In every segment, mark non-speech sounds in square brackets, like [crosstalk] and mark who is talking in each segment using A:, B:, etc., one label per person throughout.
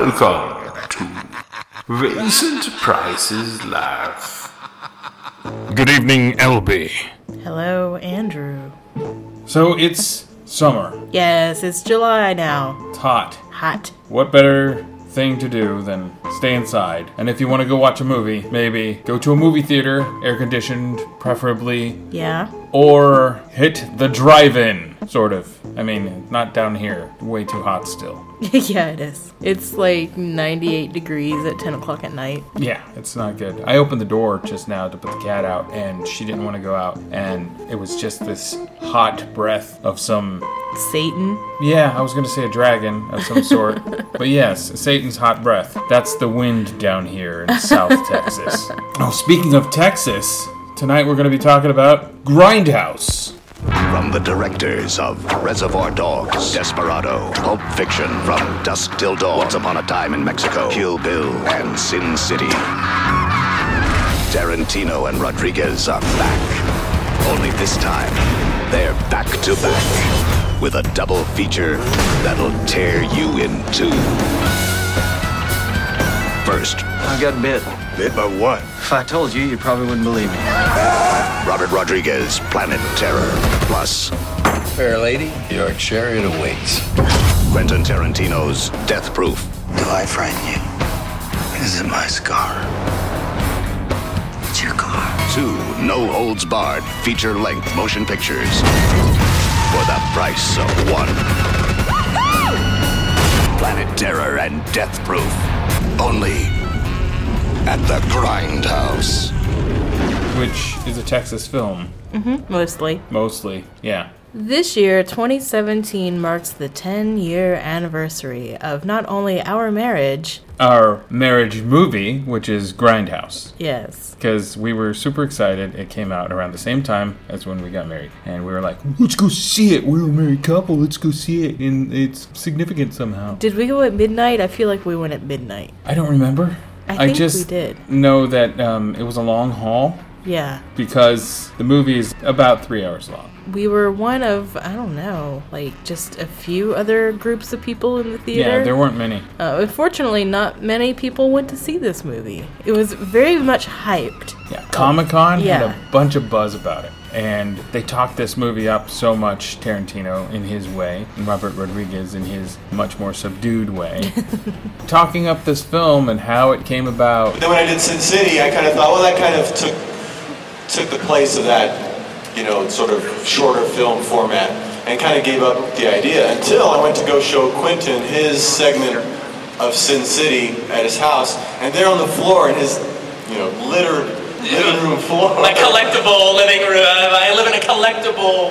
A: Welcome to Vincent Price's Life.
B: Good evening, LB.
C: Hello, Andrew.
D: So it's summer.
C: Yes, it's July now.
D: It's hot.
C: Hot.
D: What better thing to do than stay inside? And if you want to go watch a movie, maybe go to a movie theater, air conditioned, preferably,
C: Yeah. [laughs]
D: or hit the drive in, sort of. I mean, not down here. Way too hot still.
C: yeah, it is. It's like 98 degrees at 10 o'clock at night.
D: Yeah, it's not good. I opened the door just now to put the cat out, and she didn't want to go out, and it was just this hot breath of some
C: Satan.
D: Yeah, I was gonna say a dragon of some sort. but yes, Satan's hot breath. That's the wind down here in South Texas. Oh, speaking of Texas, tonight we're gonna be talking about Grindhouse.
E: From the directors of Reservoir Dogs, Desperado, Pulp Fiction, From Dusk Till Dawn, Once Upon a Time in Mexico, Kill Bill, and Sin City. Tarantino and Rodriguez are back. Only this time, they're back to back with a double feature that'll tear you in two. First,
F: I got bit.
E: bit by what?
F: If I told you, you probably wouldn't believe me.
E: Robert Rodriguez, Planet Terror, plus
G: Fair lady, your chariot awaits.
E: Quentin Tarantino's Death Proof.
G: Do I frighten you? Is it my scar? It's your car.
E: Two no holds barred feature length motion pictures for the price of one. Planet Terror and Death Proof. Only at the Grindhouse.
D: Which is a Texas film,
C: Mostly.
D: mostly. Yeah.
C: This year, 2017, marks the 10 year anniversary of not only our marriage,
D: Our marriage movie, which is Grindhouse.
C: yes,
D: Because we were super excited. It came out around the same time as when we got married. And we were like, let's go see it. We're a married couple. Let's go see it. And it's significant somehow.
C: did we go at midnight? I feel like we went at midnight.
D: I don't remember.
C: I think
D: just
C: we did.
D: know that um, it was a long haul
C: Yeah.
D: because the movie is about three hours long.
C: We were one of, I don't know, like just a few other groups of people in the theater.
D: Yeah, there weren't many.
C: Uh, unfortunately, not many people went to see this movie. It was very much hyped.
D: Yeah, Comic Con had
C: yeah.
D: a bunch of buzz about it. And they talked this movie up so much, Tarantino in his way, and Robert Rodriguez in his much more subdued way, talking up this film and how it came about.
H: Then when I did Sin City, I kind of thought, well, that kind of took took the place of that, you know, sort of shorter film format, and kind of gave up the idea until I went to go show Quentin his segment of Sin City at his house, and there on the floor in his, you know, littered living room floor.
I: My collectible living room. I live in a collectible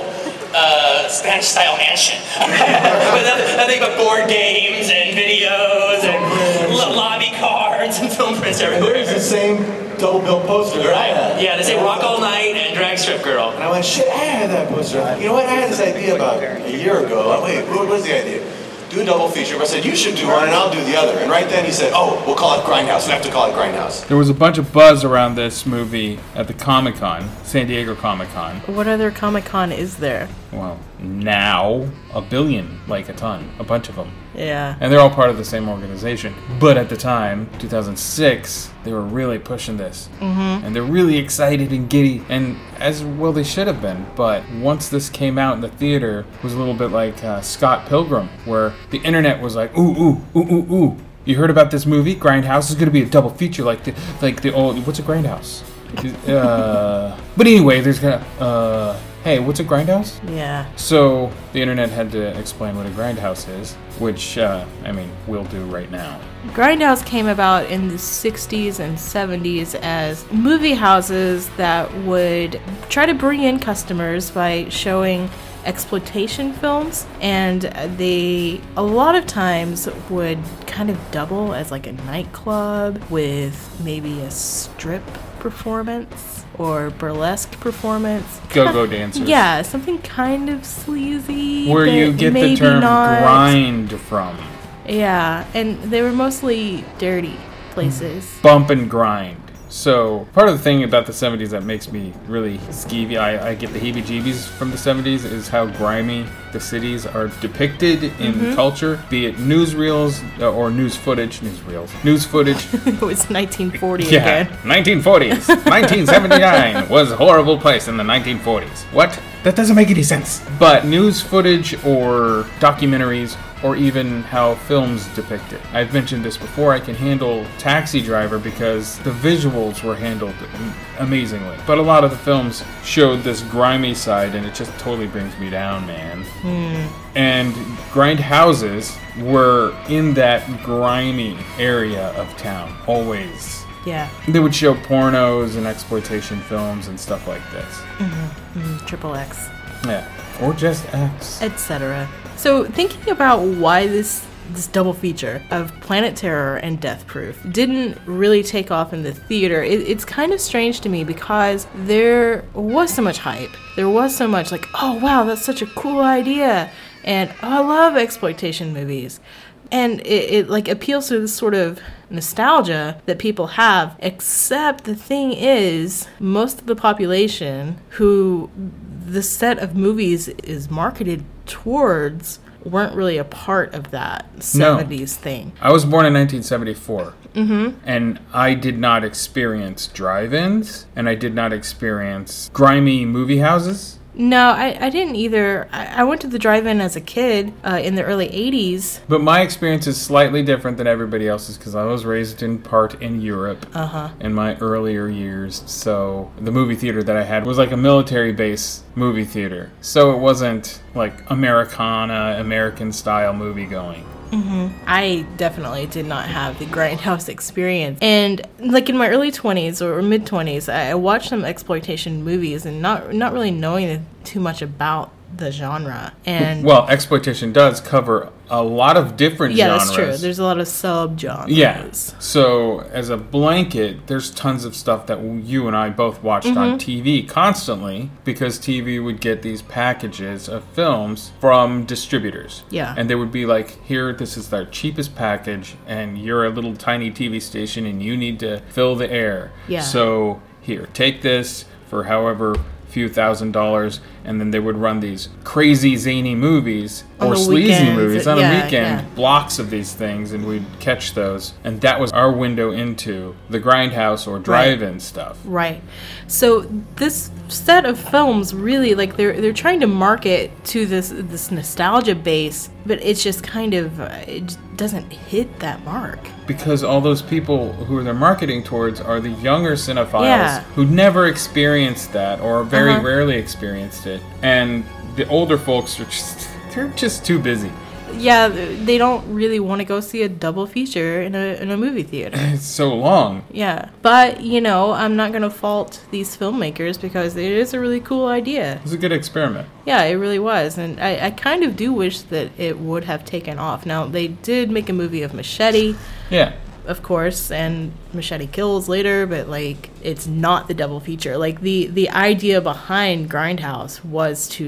I: uh, Spanish style mansion [laughs] with nothing- nothing but board games and videos and lo- lobby cards and [laughs] film prints
H: There's the
I: everywhere.
H: same double bill poster. that I
I: Right?
H: had.
I: Yeah, they say rock all night and drag strip girl.
H: And I went, shit, I had that poster. You know what? I had this idea about a year ago. I'm like, Wait, what was the idea? Do a double feature. But I said, you should do one and I'll do the other. And right then he said, oh, we'll call it Grindhouse. We have to call it Grindhouse.
D: There was a bunch of buzz around this movie at the Comic Con, San Diego Comic Con.
C: What other Comic Con is there?
D: Well, now a billion, like a ton, a bunch of them.
C: Yeah.
D: And they're all part of the same organization. But at the time, 2006, they were really pushing this. Mm-hmm. And they're really excited and giddy. And as well, they should have been. But once this came out in the theater, it was a little bit like uh, Scott Pilgrim, where the internet was like, ooh, ooh, ooh, ooh, ooh. You heard about this movie? Grindhouse is going to be a double feature like the, like the old. What's a Grindhouse? [laughs] uh, but anyway, there's gonna. Uh, hey, what's a Grindhouse?
C: Yeah.
D: So the internet had to explain what a grindhouse is, which uh, I mean we'll do right now.
C: Grindhouse came about in the 60s and 70s as movie houses that would try to bring in customers by showing exploitation films and they a lot of times would kind of double as like a nightclub with maybe a strip performance or burlesque performance
D: Go-go dancers.
C: yeah something kind of sleazy
D: Where
C: but
D: you get the
C: maybe
D: term
C: not.
D: grind from.
C: Yeah, and they were mostly dirty places.
D: Bump and grind. So part of the thing about the 70s that makes me really skeevy, I, I get the heebie-jeebies from the 70s, is how grimy the cities are depicted in
C: Mm-hmm.
D: culture, be it newsreels uh, or news footage, newsreels, news footage.
C: [laughs] it was 1940
D: yeah,
C: again.
D: 1940s, 1979 was a horrible place in the 1940s. What? That doesn't make any sense. But news footage or documentaries. Or even how films depict it. I've mentioned this before. I can handle Taxi Driver because the visuals were handled am- amazingly. But a lot of the films showed this grimy side, and it just totally brings me down, man and grind houses were in that grimy area of town always
C: Yeah,
D: they would show pornos and exploitation films and stuff like this
C: triple X.
D: yeah or just x
C: etc. So thinking about why this this double feature of Planet Terror and Death Proof didn't really take off in the theater, it, it's kind of strange to me because there was so much hype. There was so much like, oh wow, that's such a cool idea, and oh, I love exploitation movies. And it, it like appeals to this sort of nostalgia that people have. Except the thing is, most of the population who the set of movies is marketed towards weren't really a part of that 70s thing.
D: i was born in 1974 mm-hmm. and i did not experience drive-ins and i did not experience grimy movie houses
C: No, I, I didn't either. I, I went to the drive in as a kid uh, in the early 80s.
D: But my experience is slightly different than everybody else's because I was raised in part in Europe in my earlier years. So the movie theater that I had was like a military base movie theater. So it wasn't like Americana, American style movie going.
C: I definitely did not have the grindhouse experience. And like in my early 20s or mid 20s, I I watched some exploitation movies and not not really knowing too much about the genre. And
D: Well, exploitation does cover a lot of different
C: yeah,
D: genres.
C: that's true. There's a lot of sub genres.
D: Yeah. So as a blanket, there's tons of stuff that you and I both watched
C: Mm-hmm.
D: on TV constantly because TV would get these packages of films from distributors.
C: Yeah.
D: And they would be like, "Here, this is their cheapest package, and you're a little tiny TV station, and you need to fill the air.
C: Yeah.
D: So here, take this for however." few thousand dollars and then they would run these crazy zany movies
C: On
D: or
C: the
D: sleazy
C: weekends,
D: movies on
C: yeah,
D: a weekend
C: yeah.
D: blocks of these things and we'd catch those and that was our window into the grindhouse or drive-in stuff
C: Right. So this set of films really like they're they're trying to market to this this nostalgia base, but it's just kind of uh, it j- doesn't hit that mark.
D: because all those people who they're marketing towards are the younger cinephiles
C: Yeah.
D: who never experienced that or very rarely experienced it and the older folks are just [laughs] they're just too busy
C: Yeah, th- they don't really want to go see a double feature in a in a movie theater.
D: it's so long
C: yeah. But, you know, I'm not going to fault these filmmakers because it is a really cool idea.
D: it's a good experiment
C: Yeah, it really was. And I, I kind of do wish that it would have taken off. Now, they did make a movie of Machete.
D: yeah
C: of course, and Machete Kills later, but like it's not the double feature. Like the the idea behind Grindhouse was to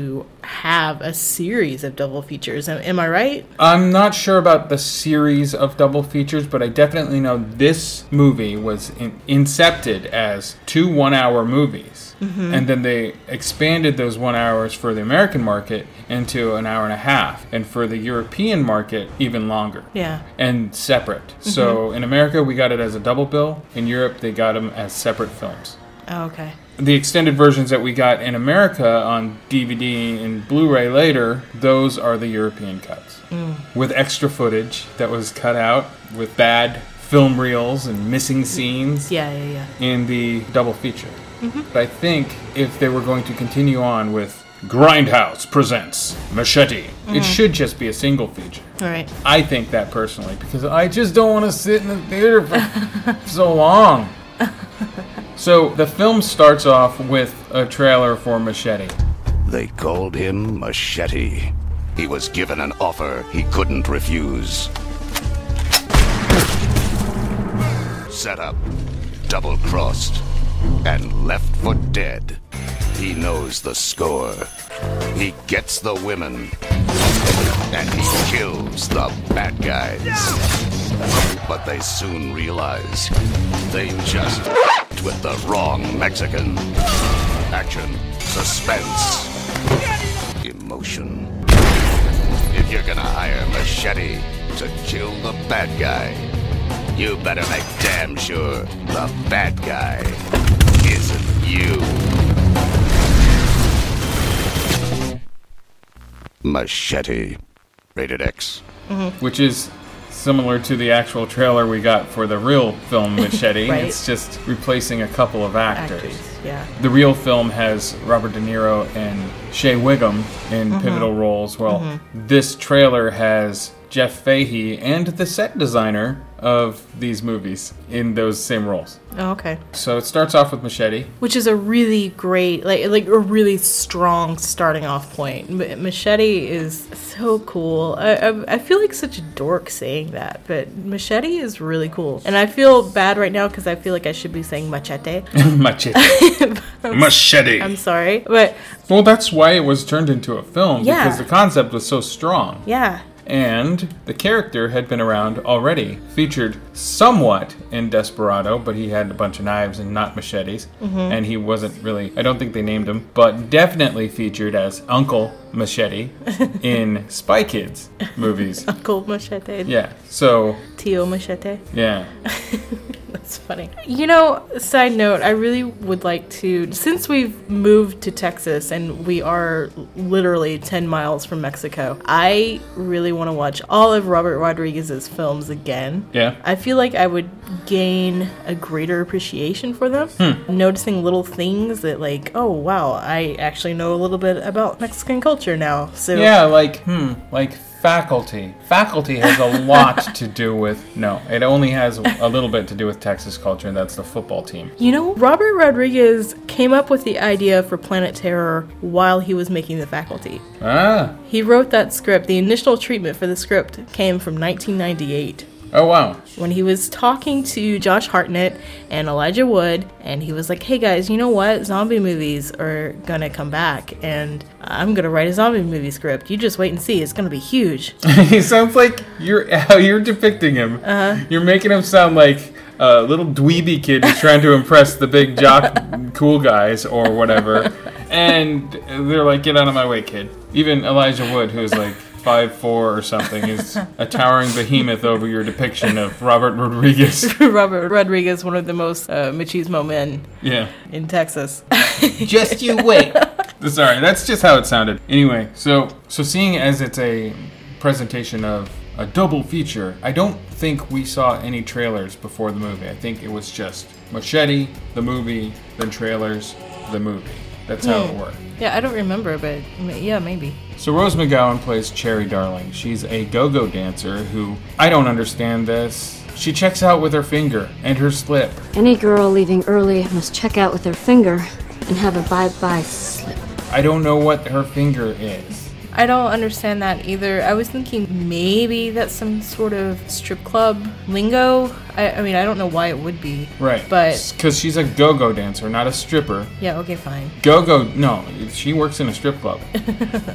C: have a series of double features. Am, am I right?
D: I'm not sure about the series of double features, but I definitely know this movie was in- incepted as two one hour movies. And then they expanded those one hours for the American market into an hour and a half, and for the European market, even longer.
C: Yeah.
D: And separate. So in America, we got it as a double bill. In Europe, they got them as separate films
C: Oh, okay.
D: the extended versions that we got in America on DVD and Blu-ray later, those are the European cuts with extra footage that was cut out with bad film reels and missing scenes
C: Yeah, yeah, yeah.
D: in the double feature. But I think if they were going to continue on with Grindhouse presents Machete, it should just be a single feature.
C: All right.
D: I think that personally because I just don't want to sit in the theater for
C: [laughs]
D: so long. So the film starts off with a trailer for Machete.
E: They called him Machete. He was given an offer he couldn't refuse. Set up, double crossed, and left for dead. He knows the score. He gets the women. And he kills the bad guys. But they soon realize they just Worked with the wrong Mexican. Action, suspense, emotion. If you're gonna hire Machete to kill the bad guy, you better make damn sure the bad guy isn't you. Machete. Rated X.
D: which is similar to the actual trailer we got for the real
C: [laughs]
D: film Machete.
C: Right.
D: It's just replacing a couple of
C: Actors, yeah.
D: the real film has Robert De Niro and Shea Wiggum in
C: Mm-hmm.
D: pivotal roles. Well, this trailer has Jeff Fahey and the set designer of these movies in those same roles.
C: Oh, okay.
D: So it starts off with Machete.
C: Which is a really great, like, like a really strong starting off point. M- machete is so cool. I, I, I feel like such a dork saying that, but Machete is really cool. And I feel bad right now because I feel like I should be saying Machete.
D: Machete.
B: Machete.
D: [laughs]
C: I'm sorry, but
D: well, that's why it was turned into a film
C: Yeah.
D: because the concept was so strong.
C: yeah,
D: and the character had been around already, featured somewhat in Desperado, but he had a bunch of knives and not machetes, and he wasn't really, I don't think they named him, but definitely featured as Uncle Machete in Spy Kids movies.
C: Gold Machete,
D: Yeah, so,
C: Tio Machete.
D: yeah.
C: [laughs] That's funny. You know, side note, I really would like to, since we've moved to Texas and we are literally 10 miles from Mexico, I really want to watch all of Robert Rodriguez's films again.
D: Yeah.
C: I feel like I would gain a greater appreciation for them,
D: Hmm.
C: noticing little things that, like, oh, wow, I actually know a little bit about Mexican culture now. So,
D: Yeah, like, hmm, like faculty. Faculty has a lot to do with, no, it only has a little bit to do with Texas culture, and that's the football team.
C: You know, Robert Rodriguez came up with the idea for Planet Terror while he was making the faculty.
D: Ah,
C: He wrote that script. The initial treatment for the script came from 1998
D: oh wow. [laughs]
C: when he was talking to Josh Hartnett and Elijah Wood, and he was like, "Hey guys, you know what? Zombie movies are gonna come back, and I'm gonna write a zombie movie script. You just wait and see. It's gonna be huge." [laughs]
D: He sounds like you're [laughs] how you're depicting him. You're making him sound like a little dweeby kid who's trying to impress the big jock, cool guys or whatever. And they're like, "Get out of my way, kid." Even Elijah Wood, who's like five four or something, is a towering behemoth over your depiction of Robert Rodriguez. [laughs]
C: Robert Rodriguez, one of the most uh, machismo men
D: Yeah.
C: in Texas.
D: Just you wait. [laughs] Sorry, that's just how it sounded. Anyway, so so seeing as it's a presentation of a double feature, I don't think we saw any trailers before the movie. I think it was just machete, the movie, then trailers, the movie. That's how it worked.
C: [laughs] yeah, I don't remember, but m- yeah, maybe.
D: So Rose McGowan plays Cherry Darling. She's a go-go dancer who I don't understand this. She checks out with her finger and her slip.
J: Any girl leaving early must check out with her finger and have a bye bye slip.
D: I don't know what her finger is.
C: I don't understand that either. I was thinking maybe that's some sort of strip club lingo. I, I mean, I don't know why it would be.
D: Right.
C: But
D: because she's a go-go dancer, not a stripper.
C: yeah, okay, fine.
D: Go go no, she works in a strip club.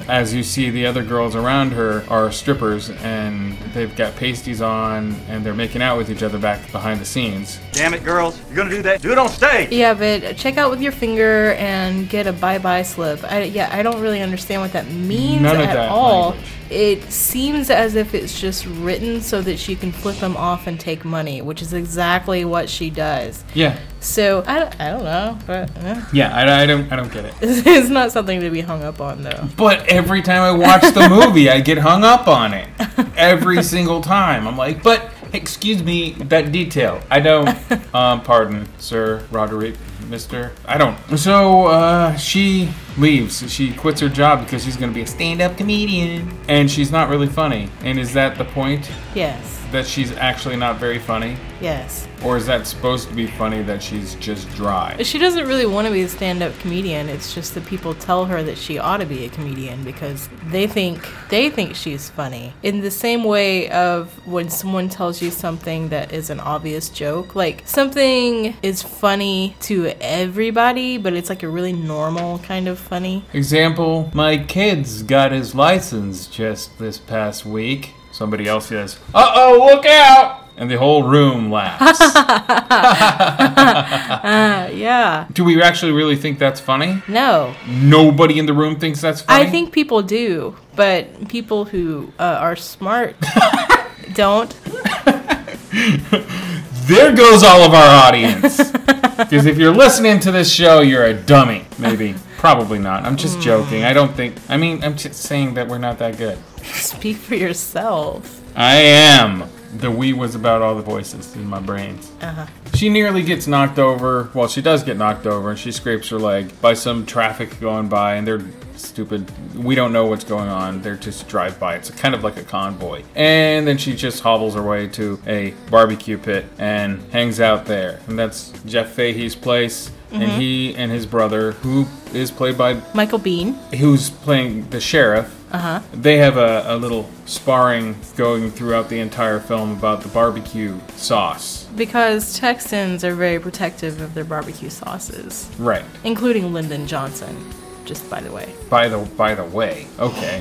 D: As you see, the other girls around her are strippers, and they've got pasties on, and they're making out with each other back behind the scenes.
F: Damn it, girls. You're gonna do that? Do it on stage.
C: Yeah, but check out with your finger and get a bye bye slip. I, yeah, I don't really understand what that means
D: None of
C: at
D: that
C: all.
D: language.
C: It seems as if it's just written so that she can flip them off and take money, which is exactly what she does.
D: Yeah,
C: So I, I don't know, but eh. [laughs]
D: yeah, I, I don't, I don't get it.
C: it's not something to be hung up on though.
D: But every time I watch the movie, I get hung up on it. Every single time, I'm like, but excuse me, that detail. I don't. Um, pardon, sir, Roderick, Mister. I don't. So uh, she leaves. She quits her job because she's gonna be a stand-up comedian, and she's not really funny. And is that the point?
C: Yes,
D: That she's actually not very funny,
C: yes.
D: or is that supposed to be funny that she's just dry?
C: She doesn't really want to be a stand up comedian. It's just that people tell her that she ought to be a comedian because they think they think she's funny. In the same way of when someone tells you something that is an obvious joke, like something is funny to everybody, but it's like a really normal kind of funny.
D: Example, my kid's got his license just this past week. Somebody else says, uh
C: [laughs]
D: oh, look out! And the whole room laughs.
C: Yeah.
D: Do we actually really think that's funny?
C: No.
D: Nobody in the room thinks that's funny.
C: I think people do, but people who uh, are smart don't.
D: there goes all of our audience.
C: [laughs]
D: Because if you're listening to this show, you're a dummy. Maybe. Probably not. I'm
C: Hmm.
D: just joking. I don't think. I mean, I'm just saying that we're not that good.
C: Speak for yourself.
D: I am. The we was about all the voices in my brains.
C: Uh-huh.
D: She nearly gets knocked over. Well, she does get knocked over, and she scrapes her leg by some traffic going by, and they're stupid. We don't know what's going on. They're just drive by. It's kind of like a convoy. And then she just hobbles her way to a barbecue pit and hangs out there. And that's Jeff Fahey's place.
C: Mhm.
D: And he and his brother, who is played by,
C: Michael Bean.
D: who's playing the sheriff,
C: Uh huh.
D: they have a, a little sparring going throughout the entire film about the barbecue sauce.
C: Because Texans are very protective of their barbecue sauces,
D: Right.
C: including Lyndon Johnson, just by the way.
D: By the by the way, okay.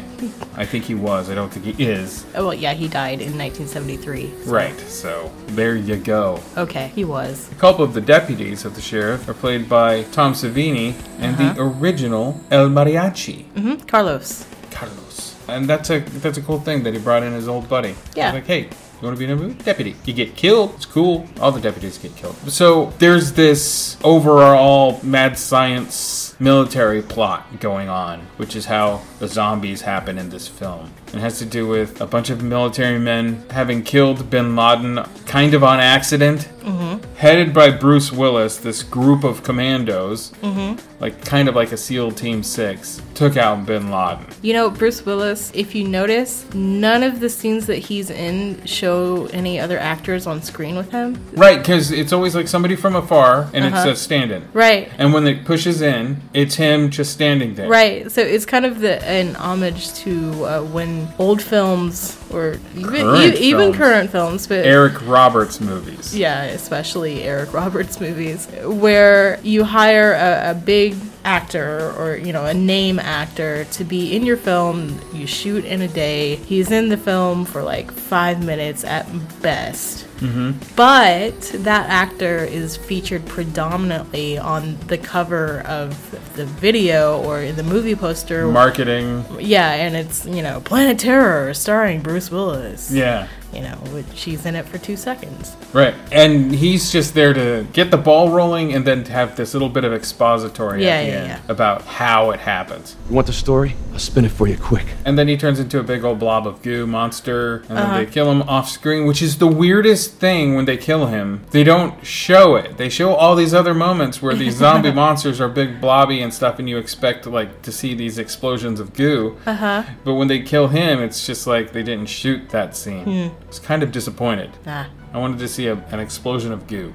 D: I think he was. I don't think he is.
C: Oh, well, yeah, he died in 1973. so-
D: Right. So there you go.
C: Okay, he was.
D: A couple of the deputies of the sheriff are played by Tom Savini and the
C: Uh-huh.
D: original El Mariachi.
C: hmm Carlos.
D: Carlos. And that's a that's a cool thing that he brought in his old buddy.
C: Yeah.
D: Like, hey, you want to be in a movie? Deputy. You get killed. It's cool. All the deputies get killed. So there's this overall mad science military plot going on, which is how the zombies happen in this film. It has to do with a bunch of military men having killed bin Laden kind of on accident.
C: Mm-hmm.
D: Headed by Bruce Willis, this group of commandos,
C: Mm-hmm.
D: like kind of like a SEAL Team 6, took out bin Laden.
C: You know, Bruce Willis, if you notice, none of the scenes that he's in show any other actors on screen with him.
D: Right, because it's always like somebody from afar, and
C: Uh-huh.
D: it's a stand-in.
C: Right.
D: And when it pushes in, it's him just standing there.
C: Right, so it's kind of the an homage to uh, when old films or even
D: Current
C: e- even
D: films.
C: current films, but
D: Eric Roberts movies.
C: yeah, especially Eric [laughs] Roberts movies, where you hire a, a big actor or you know a name actor to be in your film. You shoot in a day. He's in the film for like five minutes at best.
K: Mm-hmm.
C: But that actor is featured predominantly on the cover of the video or in the movie poster.
D: Marketing.
C: Yeah, and it's, you know, Planet Terror starring Bruce Willis.
D: Yeah.
C: You know, which she's in it for two seconds.
D: Right. And he's just there to get the ball rolling and then to have this little bit of expository
C: Yeah,
D: at the
C: yeah,
D: end about how it happens.
L: You want the story? I'll spin it for you quick.
D: And then he turns into a big old blob of goo monster, and then
L: Uh-huh.
D: they kill him off screen, which is the weirdest thing when they kill him. They don't show it. They show all these other moments where
C: [laughs]
D: these zombie monsters are big blobby and stuff, and you expect like to see these explosions of goo.
C: Uh huh.
D: But when they kill him, it's just like they didn't shoot that scene.
C: Hmm.
D: It's kind of disappointed.
C: Ah.
D: I wanted to see a, an explosion of goo.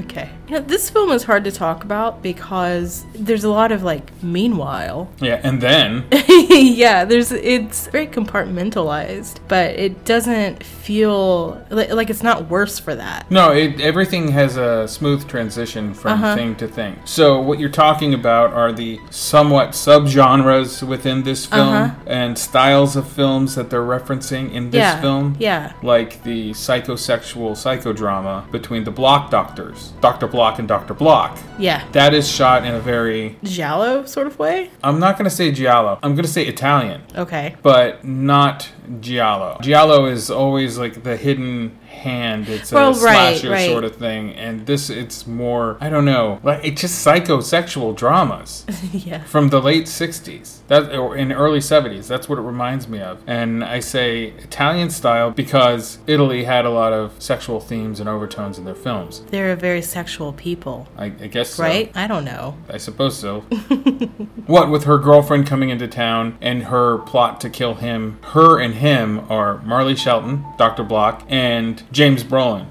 C: Okay. You know, this film is hard to talk about because there's a lot of like meanwhile. [laughs]
D: Yeah, and then [laughs]
C: yeah, there's it's very compartmentalized, but it doesn't feel like, like it's not worse for that.
D: No, it, everything has a smooth transition from
C: Uh-huh.
D: thing to thing. So what you're talking about are the somewhat subgenres within this film
C: Uh-huh.
D: and styles of films that they're referencing in this
C: yeah.
D: film.
C: Yeah.
D: Like the psychosexual psychodrama between the Block Doctors, Dr. Block and Dr. Block.
C: Yeah.
D: That is shot in a very,
C: Giallo sort of way?
D: I'm not going to say Giallo, I'm going to say Italian
C: Okay.
D: but not giallo. Giallo is always like the hidden hand. It's a
C: Well, right,
D: slasher
C: right.
D: sort of thing, and this it's more I don't know, like it's just psychosexual
C: [laughs]
D: dramas
C: [laughs] yeah.
D: from the late 60s that or in early 70s that's what it reminds me of and i say italian style because italy had a lot of sexual themes and overtones in their films
C: They're a very sexual people.
D: i, I guess so.
C: Right? I don't know.
D: I suppose so. [laughs] what with her girlfriend coming into town and her plot to kill him, her and him are Marley Shelton, Dr. Block, and James Brolin.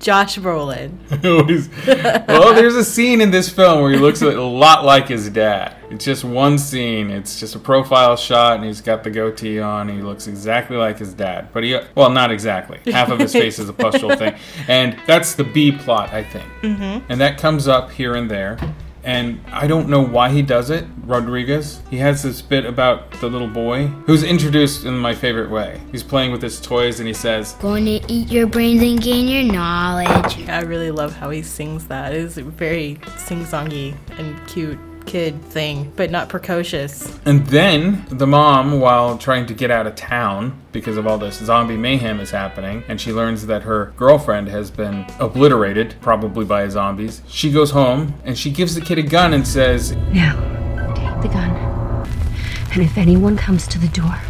C: Josh Brolin.
D: Always- well, there's a scene in this film where he looks a lot like his dad. It's just one scene. It's just a profile shot, and he's got the goatee on. He looks exactly like his dad, but he well, not exactly. Half of his face is a pustule thing, and that's the B plot, I think.
C: Mhm.
D: And that comes up here and there. And I don't know why he does it, Rodriguez. He has this bit about the little boy who's introduced in my favorite way. He's playing with his toys and he says,
K: Going to eat your brains and gain your knowledge.
C: I really love how he sings that. It's very sing-songy and cute kid thing, but not precocious.
D: And then the mom, while trying to get out of town because of all this zombie mayhem is happening, and she learns that her girlfriend has been obliterated, probably by zombies, she goes home and she gives the kid a gun and says,
M: Now, take the gun. And if anyone comes to the door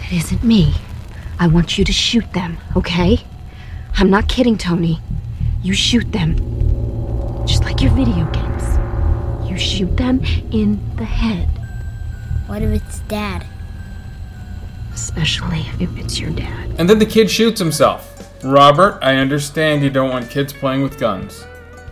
M: that isn't me, I want you to shoot them, okay? I'm not kidding, Tony. You shoot them. Just like your video games. You shoot them in the head.
K: What if it's dad?
M: Especially if it's your dad.
D: And then the kid shoots himself. Robert, I understand you don't want kids playing with guns.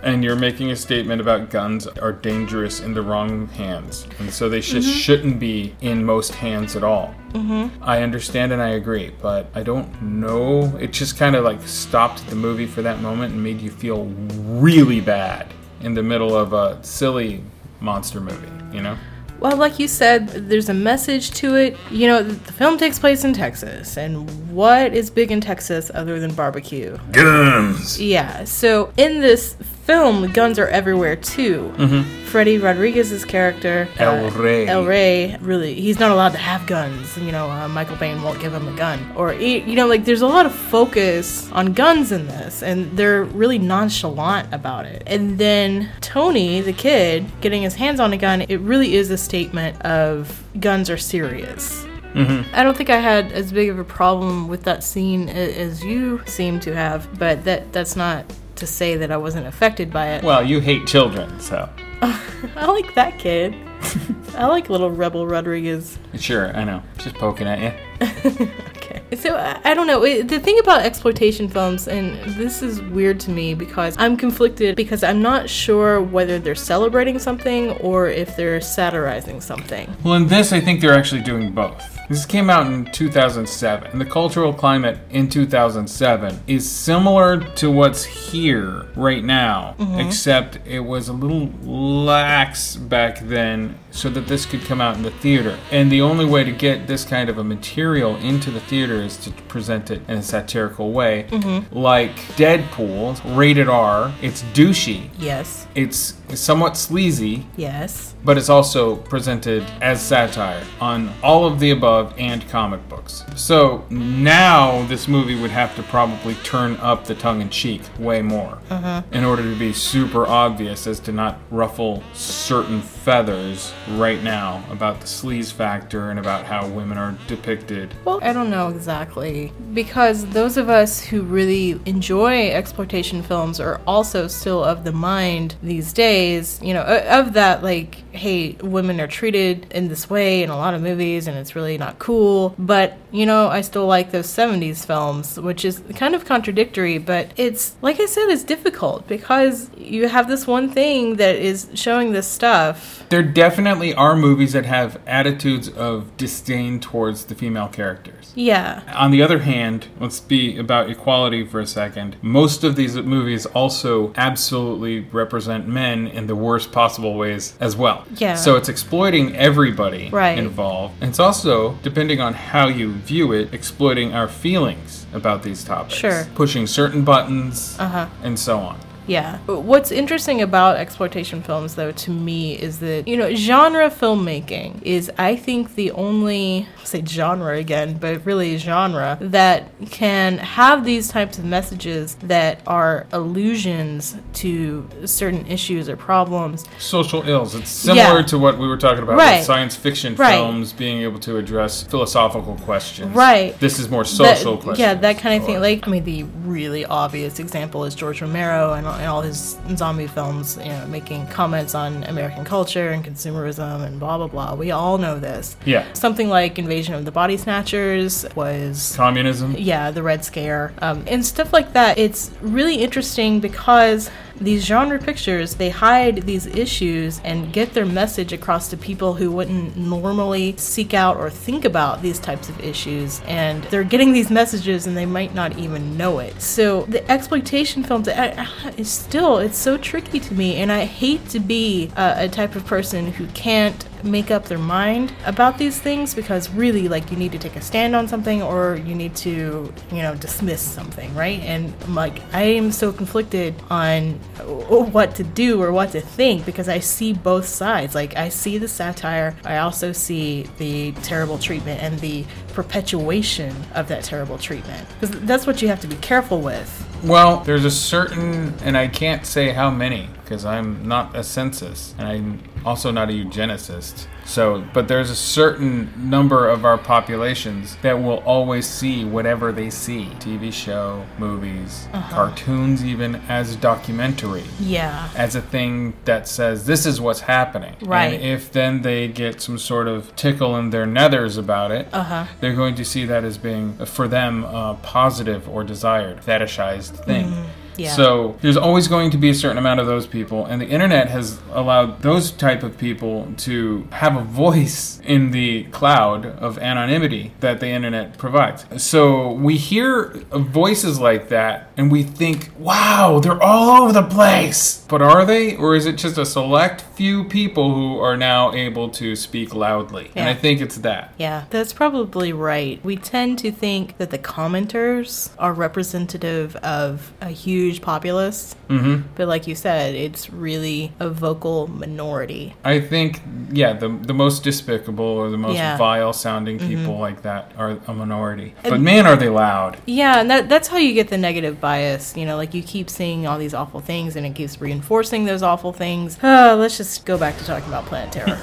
D: And you're making a statement about guns are dangerous in the wrong hands. And so they just
C: Mhm.
D: shouldn't be in most hands at all.
C: Mm-hmm.
D: I understand and I agree, but I don't know. It just kind of like stopped the movie for that moment and made you feel really bad in the middle of a silly monster movie, you know?
C: Well, like you said, there's a message to it. You know, the film takes place in Texas, and what is big in Texas other than barbecue?
B: Guns.
C: Yeah, so in this film, guns are everywhere too.
B: Mm-hmm.
C: Freddie Rodriguez's character, uh,
B: El Rey.
C: El Rey, really, he's not allowed to have guns. You know, uh, Michael Bain won't give him a gun. Or, y- you know, like there's a lot of focus on guns in this, and they're really nonchalant about it. And then Tony, the kid, getting his hands on a gun, it really is a statement of guns are serious.
B: Mm-hmm.
C: I don't think I had as big of a problem with that scene a- as you seem to have, but that that's not to say that I wasn't affected by it.
D: Well, you hate children, so.
C: I like that kid. I like little Rebel Rodriguez.
D: Sure, I know. Just poking at you.
C: So I, I don't know. It- the thing about exploitation films, and this is weird to me because I'm conflicted because I'm not sure whether they're celebrating something or if they're satirizing something.
D: Well, in this, I think they're actually doing both. This came out in 2007, and the cultural climate in 2007 is similar to what's here right now,
B: Mhm.
D: except it was a little lax back then so that this could come out in the theater. And the only way to get this kind of a material into the theater is to present it in a satirical way,
B: Mhm.
D: like Deadpool, rated R, it's douchey.
C: Yes.
D: It's somewhat sleazy,
C: Yes.
D: but it's also presented as satire on all of the above and comic books. So now this movie would have to probably turn up the tongue in cheek way more
B: Uh-huh.
D: in order to be super obvious as to not ruffle certain feathers right now about the sleaze factor and about how women are depicted.
C: Well, I don't know exactly. Because those of us who really enjoy exploitation films are also still of the mind these days, you know, o- of that, like, hey, women are treated in this way in a lot of movies and it's really not cool. But, you know, I still like those 70s films, which is kind of contradictory, but it's, like I said, it's difficult because you have this one thing that is showing this stuff
D: There definitely are movies that have attitudes of disdain towards the female characters.
C: Yeah.
D: On the other hand, let's be about equality for a second. Most of these movies also absolutely represent men in the worst possible ways as well.
B: Yeah.
D: So it's exploiting everybody
B: Right.
D: involved. And it's also, depending on how you view it, exploiting our feelings about these topics.
C: Sure.
D: Pushing certain buttons
C: Uh-huh.
D: and so on.
C: Yeah. What's interesting about exploitation films, though, to me, is that, you know, genre filmmaking is, I think, the only, I'll say genre again, but really genre, that can have these types of messages that are allusions to certain issues or problems.
D: Social ills. It's similar
C: Yeah.
D: to what we were talking about
C: Right.
D: with science fiction
C: Right.
D: films being able to address philosophical questions.
C: Right.
D: This is more
C: That-
D: social questions.
C: Yeah, that kind of thing. Like, I mean, the really obvious example is George Romero and, all- and all his zombie films, you know, making comments on American culture and consumerism and blah, blah, blah. We all know this.
D: Yeah.
C: Something like Invasion of the Body Snatchers was.
D: Communism.
C: Yeah, the Red Scare. Um, and stuff like that. It's really interesting because These genre pictures, they hide these issues and get their message across to people who wouldn't normally seek out or think about these types of issues. And they're getting these messages and they might not even know it. So the exploitation films I- I- it's still, it's so tricky to me. And I hate to be uh, a type of person who can't make up their mind about these things because really like you need to take a stand on something or you need to you know dismiss something right and I'm like i am so conflicted on w- what to do or what to think because i see both sides like i see the satire i also see the terrible treatment and the perpetuation of that terrible treatment because that's what you have to be careful with
D: Well, there's a certain, and I can't say how many, because I'm not a census, and I'm also not a eugenicist. So, but there's a certain number of our populations that will always see whatever they see TV show, movies,
C: Uh-huh.
D: cartoons, even as documentary.
C: Yeah.
D: As a thing that says, this is what's happening.
C: Right.
D: And if then they get some sort of tickle in their nethers about it,
C: Uh-huh.
D: they're going to see that as being, for them, a positive or desired, fetishized thing.
C: Mhm. Yeah.
D: So there's always going to be a certain amount of those people, and the internet has allowed those type of people to have a voice in the cloud of anonymity that the internet provides. So we hear voices like that, and we think, "Wow, they're all over the place." But are they, or is it just a select few people who are now able to speak loudly? And I
C: Yeah.
D: think it's that.
C: Yeah, that's probably right. We tend to think that the commenters are representative of a huge populace.
D: Mhm.
C: But like you said, it's really a vocal minority.
D: I think, yeah, the the most despicable or the most
C: Yeah.
D: vile sounding
C: Mhm.
D: people like that are a minority.
C: And-
D: But man, are they loud!
C: Yeah, and that, that's how you get the negative bias. You know, like you keep seeing all these awful things and it keeps reinforcing those awful things. [sighs] Oh, let's just go back to talking about Planet Terror.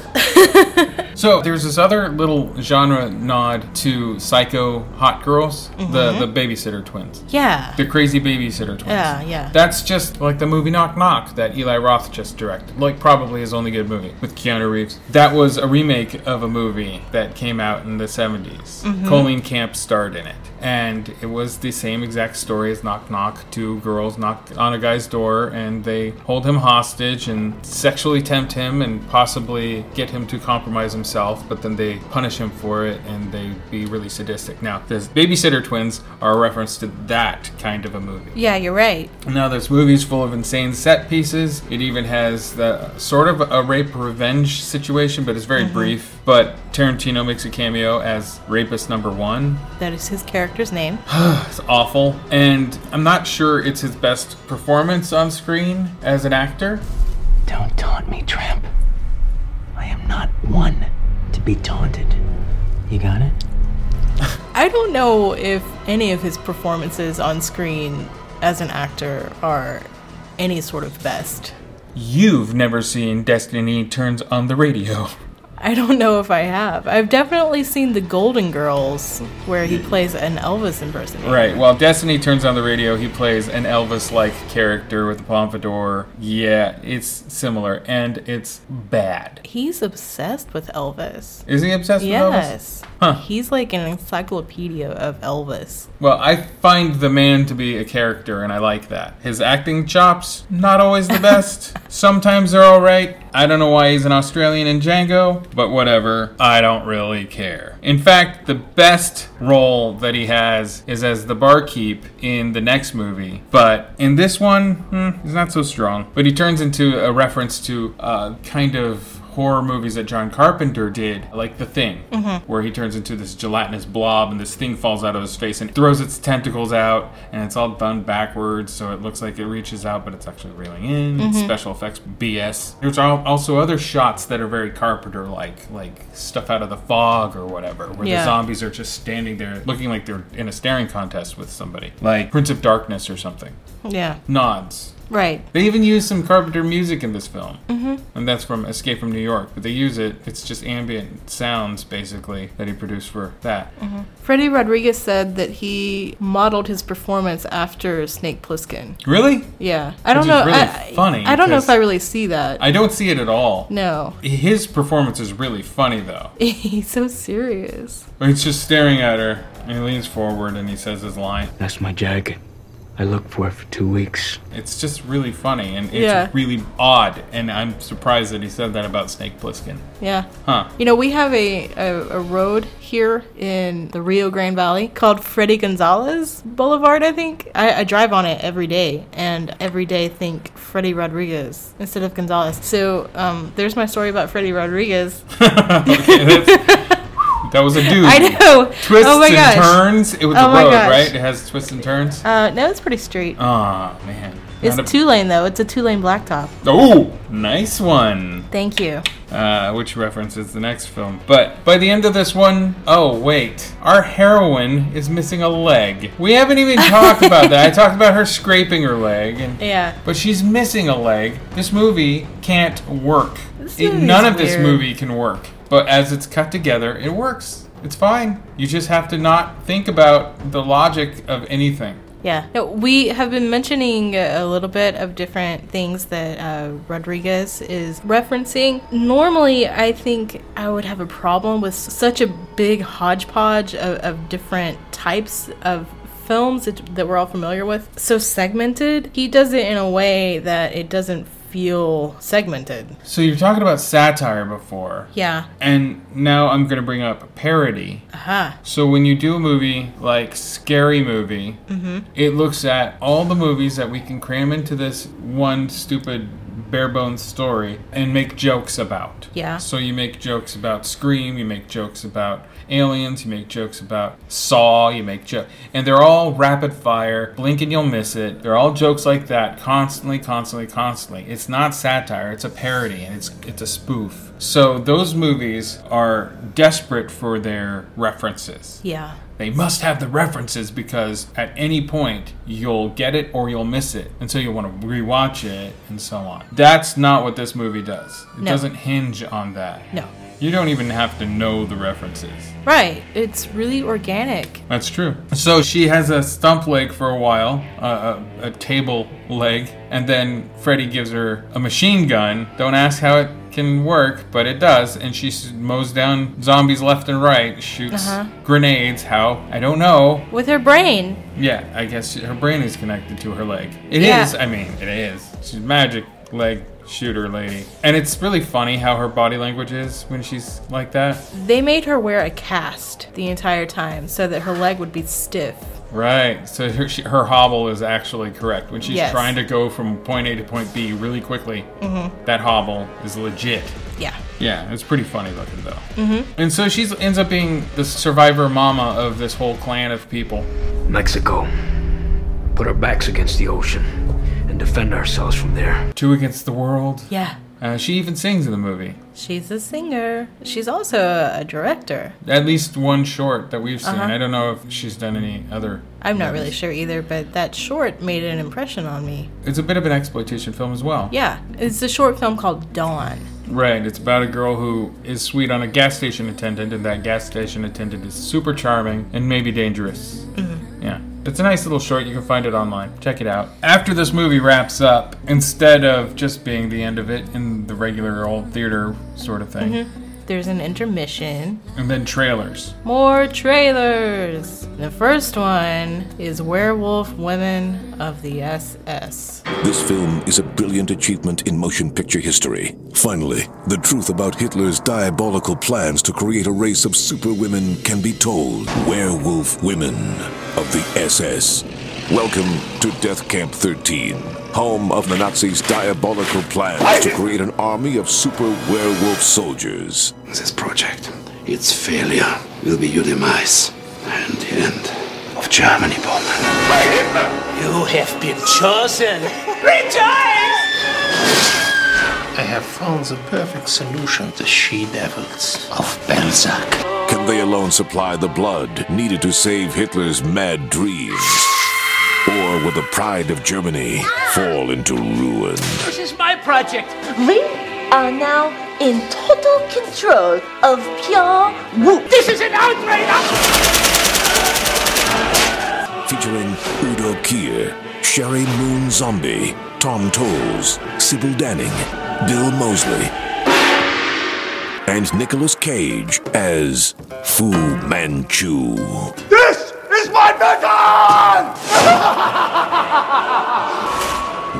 D: So there's this other little genre nod to Psycho Hot Girls,
C: Mhm.
D: the the babysitter twins,
C: yeah.
D: the crazy babysitter twins.
C: Yeah, yeah.
D: That's just like the movie Knock Knock that Eli Roth just directed. Like probably his only good movie with Keanu Reeves. That was a remake of a movie that came out in the 70s.
B: Mhm.
C: Mm-hmm.
D: Colleen Camp starred in it. And it was the same exact story as Knock Knock. Two girls knock on a guy's door and they hold him hostage and sexually tempt him and possibly get him to compromise himself, but then they punish him for it and they be really sadistic. Now, the Babysitter Twins are a reference to that kind of a movie.
C: Yeah, you're right.
D: Now there's movies full of insane set pieces. It even has the sort of a rape revenge situation, but it's very
C: Mhm.
D: brief. But Tarantino makes a cameo as rapist number one.
C: That is his character's name.
D: It's awful, and I'm not sure it's his best performance on screen as an actor.
N: Don't taunt me, Tramp. I am not one to be taunted. You got it?
C: I don't know if any of his performances on screen as an actor are any sort of best.
D: You've never seen Destiny Turns on the Radio. [laughs]
C: I don't know if I have. I've definitely seen The Golden Girls, where he plays an Elvis impersonator.
D: Right. Well, Destiny turns on the radio. He plays an Elvis-like character with a pompadour. Yeah, it's similar, and it's bad.
C: He's obsessed with Elvis.
D: Is he obsessed with Elvis?
C: Yes.
D: Huh.
C: He's like an encyclopedia of Elvis.
D: Well, I find the man to be a character, and I like that. His acting chops, not always the best. Sometimes they're alright. I don't know why he's an Australian in Django, but whatever. I don't really care. In fact, the best role that he has is as the barkeep in the next movie, but in this one, hmm, he's not so strong. But he turns into a reference to uh, kind of horror movies that John Carpenter did, like The Thing,
B: Mhm.
D: where he turns into this gelatinous blob and this thing falls out of his face and throws its tentacles out, and it's all done backwards, so it looks like it reaches out, but it's actually reeling in. It's
B: Mhm.
D: Special effects BS. There's al- also other shots that are very Carpenter-like, like stuff out of the fog or whatever, where the
B: Yeah.
D: zombies are just standing there looking like they're in a staring contest with somebody, like Prince of Darkness or something.
C: Yeah.
D: Nods.
C: Right.
D: They even use some Carpenter music in this film.
C: Mhm.
D: And that's from Escape from New York. But they use it, it's just ambient sounds, basically, that he produced for that.
C: Mm-hmm. Freddie Rodriguez said that he modeled his performance after Snake Plissken.
D: Really?
C: Yeah. I
D: Which
C: don't
D: is
C: know.
D: really
C: I,
D: funny,
C: I don't know if
D: because-
C: I really see that.
D: I don't see it at all.
C: No.
D: His performance is really funny, though.
C: He's [laughs] so serious.
D: He's just staring at her, and he leans forward and he says his line.
L: That's my jacket.
N: I looked for it for two weeks.
D: It's just really funny and it's
C: Yeah.
D: really odd, and I'm surprised that he said that about Snake Plissken.
C: Yeah.
D: Huh. [laughs]
C: You know, we have a, a, a road here in the Rio Grande Valley called Freddy Gonzalez Boulevard, I think. I, I drive on it every day, and every day think Freddy Rodriguez instead of Gonzalez. So um, there's my story about Freddy
D: [laughs]
C: Rodriguez.
D: That was a
C: [laughs]
D: dude.
C: I know.
D: Twists
C: Oh my
D: and
C: gosh.
D: turns. It was
C: Oh
D: a
C: my
D: road,
C: gosh.
D: right? It has twists and turns.
C: Uh, no, it's pretty straight.
D: Ah man.
C: it's
D: Not a-
C: two lane, though. It's a two lane blacktop.
D: Oh, nice one.
C: Thank you.
D: uh, which references the next film. But by the end of this one, oh wait, our heroine is missing a leg. We haven't
C: [laughs]
D: even talked about that. I talked about her scraping her leg, and,
C: Yeah.
D: but she's missing a leg. This movie can't work.
C: This
D: It-
C: movie's
D: none of this
C: weird.
D: movie can work. But as it's cut together, it works. It's fine. You just have to not think about the logic of anything.
C: Yeah. No, we have been mentioning a little bit of different things that uh, Rodriguez is referencing. Normally, I think I would have a problem with such a big hodgepodge of, of different types of films that, that we're all familiar with. So segmented. He does it in a way that it doesn't feel segmented.
D: So you're talking about satire before.
C: Yeah.
D: And now I'm going to bring up parody.
C: Aha.
D: So when you do a movie like Scary Movie,
C: Mhm.
D: it looks at all the movies that we can cram into this one stupid bare bones story and make jokes about.
C: Yeah.
D: So you make jokes about Scream, you make jokes about Aliens, you make jokes about Saw, you make jokes, and they're all rapid fire, blink and you'll miss it. They're all jokes like that, constantly, constantly, constantly. It's not satire; it's a parody, and it's it's a spoof. So those movies are desperate for their references.
C: Yeah.
D: They must have the references because at any point you'll get it or you'll miss it, and so you'll want to rewatch it and so on. That's not what this movie does. It
C: No.
D: doesn't hinge on that.
C: No.
D: You don't even have to know the references.
C: Right. It's really organic.
D: That's true. So she has a stump leg for a while, uh, a, a table leg, and then Freddy gives her a machine gun. Don't ask how it can work, but it does, and she s- mows down zombies left and right, shoots
C: Uh-huh.
D: grenades. How? I don't know.
C: With her brain.
D: Yeah, I guess she, her brain is connected to her leg. It is.
C: Yeah.
D: I mean, it is. She's magic leg shooter lady. And it's really funny how her body language is when she's like that.
C: They made her wear a cast the entire time so that her leg would be stiff.
D: Right. So her, she, her hobble is actually correct. When she's
C: Yes.
D: trying to go from point A to point B really quickly,
C: Mhm.
D: that hobble is legit.
C: Yeah.
D: Yeah, it's pretty funny looking though.
C: Mhm.
D: And so she ends up being the survivor mama of this whole clan of people.
L: Mexico. Put our backs against the ocean and defend ourselves from there.
D: Two against the world.
C: Yeah.
D: Uh, she even sings in the movie.
C: She's a singer. She's also a director.
D: At least one short that we've seen.
C: Uh-huh.
D: I don't know if she's done any other.
C: I'm not really sure either, but that short made an impression on me.
D: It's a bit of an exploitation film as well.
C: Yeah, it's a short film called Dawn.
D: Right, it's about a girl who is sweet on a gas station attendant, and that gas station attendant is super charming and maybe dangerous.
C: Mhm.
D: Yeah. It's a nice little short. You can find it online. Check it out. After this movie wraps up, instead of just being the end of it in the regular old theater sort of thing,
C: Mhm. There's an intermission.
D: and then trailers.
C: More trailers. The first one is Werewolf Women of the SS.
O: This film is a brilliant achievement in motion picture history. Finally, the truth about Hitler's diabolical plans to create a race of superwomen can be told. Werewolf Women of the SS. Welcome to Death Camp 13, home of the Nazis' diabolical plans to create an army of super werewolf soldiers.
G: This project, its failure will be your demise and the end of Germany, Bowman.
I: You have been chosen.
G: I have found the perfect solution. The she devils of Belzac.
O: Can they alone supply the blood needed to save Hitler's mad dreams? Or will the pride of Germany fall into ruin?
I: This is my project.
P: We are now in total control of Pure Wu. This is an outrage!
O: Featuring Udo Kier, Sherry Moon Zombie, Tom Tolles, Sybil Danning, Bill Mosley, and Nicolas Cage as Fu Manchu.
F: This is my vision!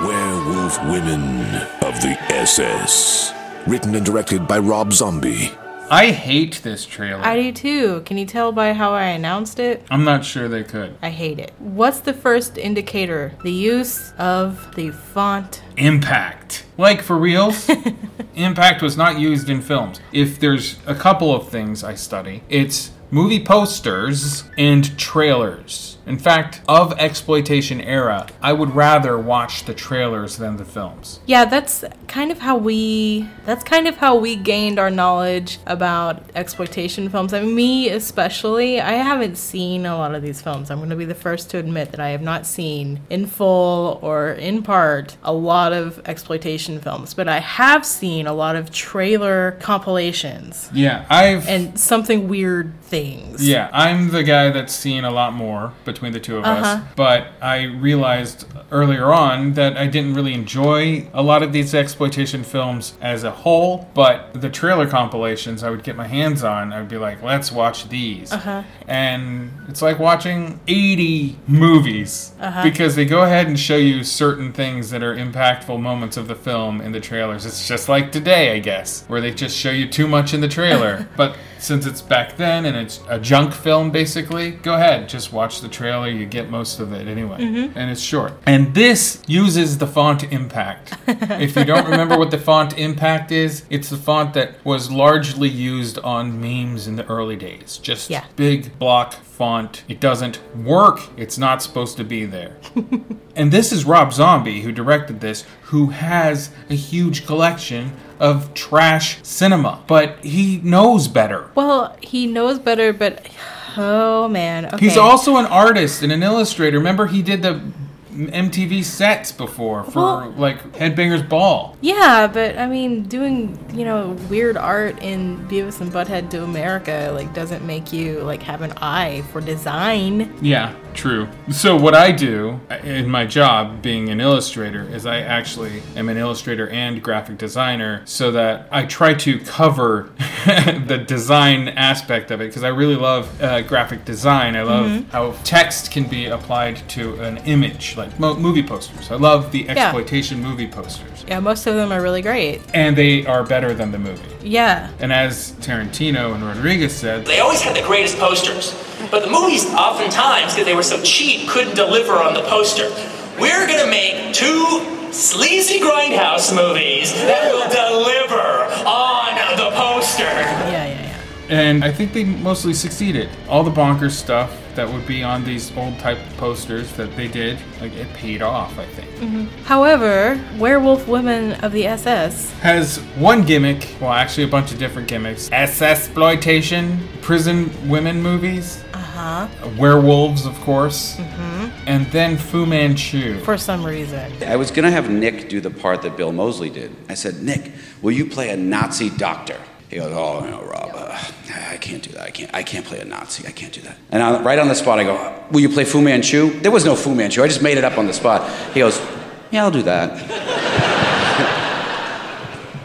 O: Werewolf Women of the SS. Written and directed by Rob Zombie.
D: I hate this trailer.
C: I do too. Can you tell by how I announced it?
D: I'm not sure they could.
C: I hate it. What's the first indicator? The use of the font
D: Impact. Like for reals? Impact was not used in films. If there's a couple of things I study, it's movie posters and trailers. In fact, of exploitation era, I would rather watch the trailers than the films.
C: Yeah, that's kind of how we that's kind of how we gained our knowledge about exploitation films. I mean, me especially, I haven't seen a lot of these films. I'm going to be the first to admit that I have not seen in full or in part a lot of exploitation films, but I have seen a lot of trailer compilations
D: Yeah, I've
C: and something weird things.
D: Yeah, I'm the guy that's seen a lot more between the two of
C: Uh-huh.
D: us. But I realized earlier on that I didn't really enjoy a lot of these exploitation films as a whole. But the trailer compilations I would get my hands on, I'd be like, let's watch these.
C: Uh-huh.
D: And it's like watching 80 movies
C: Uh-huh.
D: because they go ahead and show you certain things that are impactful moments of the film in the trailers. It's just like today, I guess, where they just show you too much in the trailer. but since it's back then and it's a junk film, basically, go ahead, just watch the trailer. You get most of it anyway.
B: Mhm.
D: And it's short. And this uses the font impact. if you don't remember what the font impact is, it's the font that was largely used on memes in the early days. Just
B: Yeah.
D: big block font. It doesn't work. It's not supposed to be there. and this is Rob Zombie who directed this, who has a huge collection of trash cinema, but he knows better.
C: Well, he knows better, but [sighs] oh man. Okay.
D: He's also an artist and an illustrator. Remember, he did the MTV sets before for
C: Well-
D: like Headbangers Ball.
C: Yeah, but I mean, doing you know weird art in Beavis and Butthead to America like doesn't make you like have an eye for design.
D: Yeah, true. So what I do uh, in my job being an illustrator is I actually am an illustrator and graphic designer so that I try to cover [laughs] the design aspect of it because I really love uh, graphic design. I love
B: Mhm.
D: how text can be applied to an image like mo- movie posters. I love the
C: Yeah.
D: exploitation movie posters
C: Yeah, most of them are really great.
D: and they are better than the movie.
C: Yeah.
D: And as Tarantino and Rodriguez said,
I: They always had the greatest posters, but the movies oftentimes, because they were so cheap, couldn't deliver on the poster. We're gonna make two sleazy grindhouse movies that will deliver on the poster.
C: Yeah, yeah.
D: And I think they mostly succeeded. All the bonkers stuff that would be on these old type posters that they did, like it paid off, I think.
C: Mm-hmm. However, werewolf women of the SS.
D: Has one gimmick, well, actually a bunch of different gimmicks SS exploitation, prison women movies,
C: Uh huh.
D: werewolves, of course,
C: Mhm.
D: and then Fu Manchu.
C: For some reason.
Q: I was going to have Nick do the part that Bill Mosley did. I said, Nick, will you play a Nazi doctor? He goes, Oh, no, Rob, uh, I can't do that. I can't, I can't play a Nazi. I can't do that. And on, right on the spot, I go, Will you play Fu Manchu? There was no Fu Manchu. I just made it up on the spot. He goes, Yeah, I'll do that. [laughs]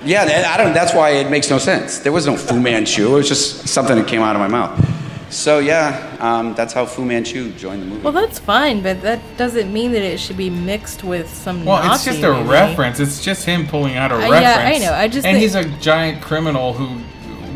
Q: yeah, and I don't, that's why it makes no sense. There was no Fu Manchu. It was just something that came out of my mouth. So, yeah, um, that's how Fu Manchu joined the movie.
C: Well, that's fine, but that doesn't mean that it should be mixed with some.
D: Well,
C: Nazi
D: it's just a
C: movie.
D: reference. It's just him pulling out a
C: Uh, yeah, I
D: reference.
C: know. I just
D: and
C: think-
D: he's a giant criminal who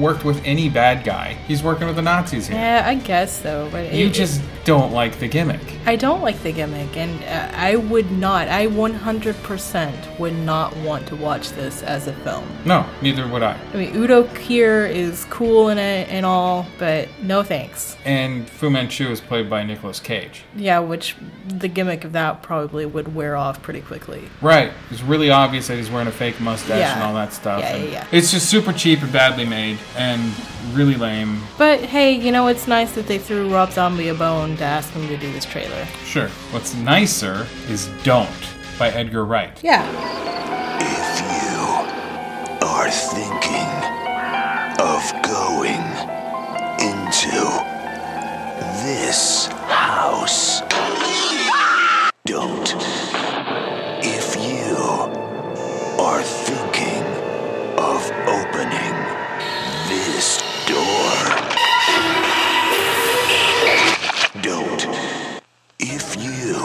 D: worked with any bad guy. He's working with the Nazis here.
C: Yeah, I guess so, but
D: You
C: it-
D: just don't like the gimmick.
C: I don't like the gimmick, and uh, I would not. I 100% would not want to watch this as a film.
D: No, neither would I.
C: I mean, Udo Kier is cool in it and all, but no thanks.
D: And Fu Manchu is played by Nicolas Cage.
C: Yeah, which the gimmick of that probably would wear off pretty quickly.
D: Right. It's really obvious that he's wearing a fake mustache and
C: Yeah.
D: all that stuff.
C: Yeah, yeah,
D: and
C: yeah.
D: It's just super cheap and badly made and really lame.
C: But hey, you know, it's nice that they threw Rob Zombie a bone to ask him to do this trailer.
D: Sure. What's nicer is Don't by Edgar Wright.
C: Yeah.
R: are thinking of going into this house. Don't. If you are thinking of opening this door, don't. If you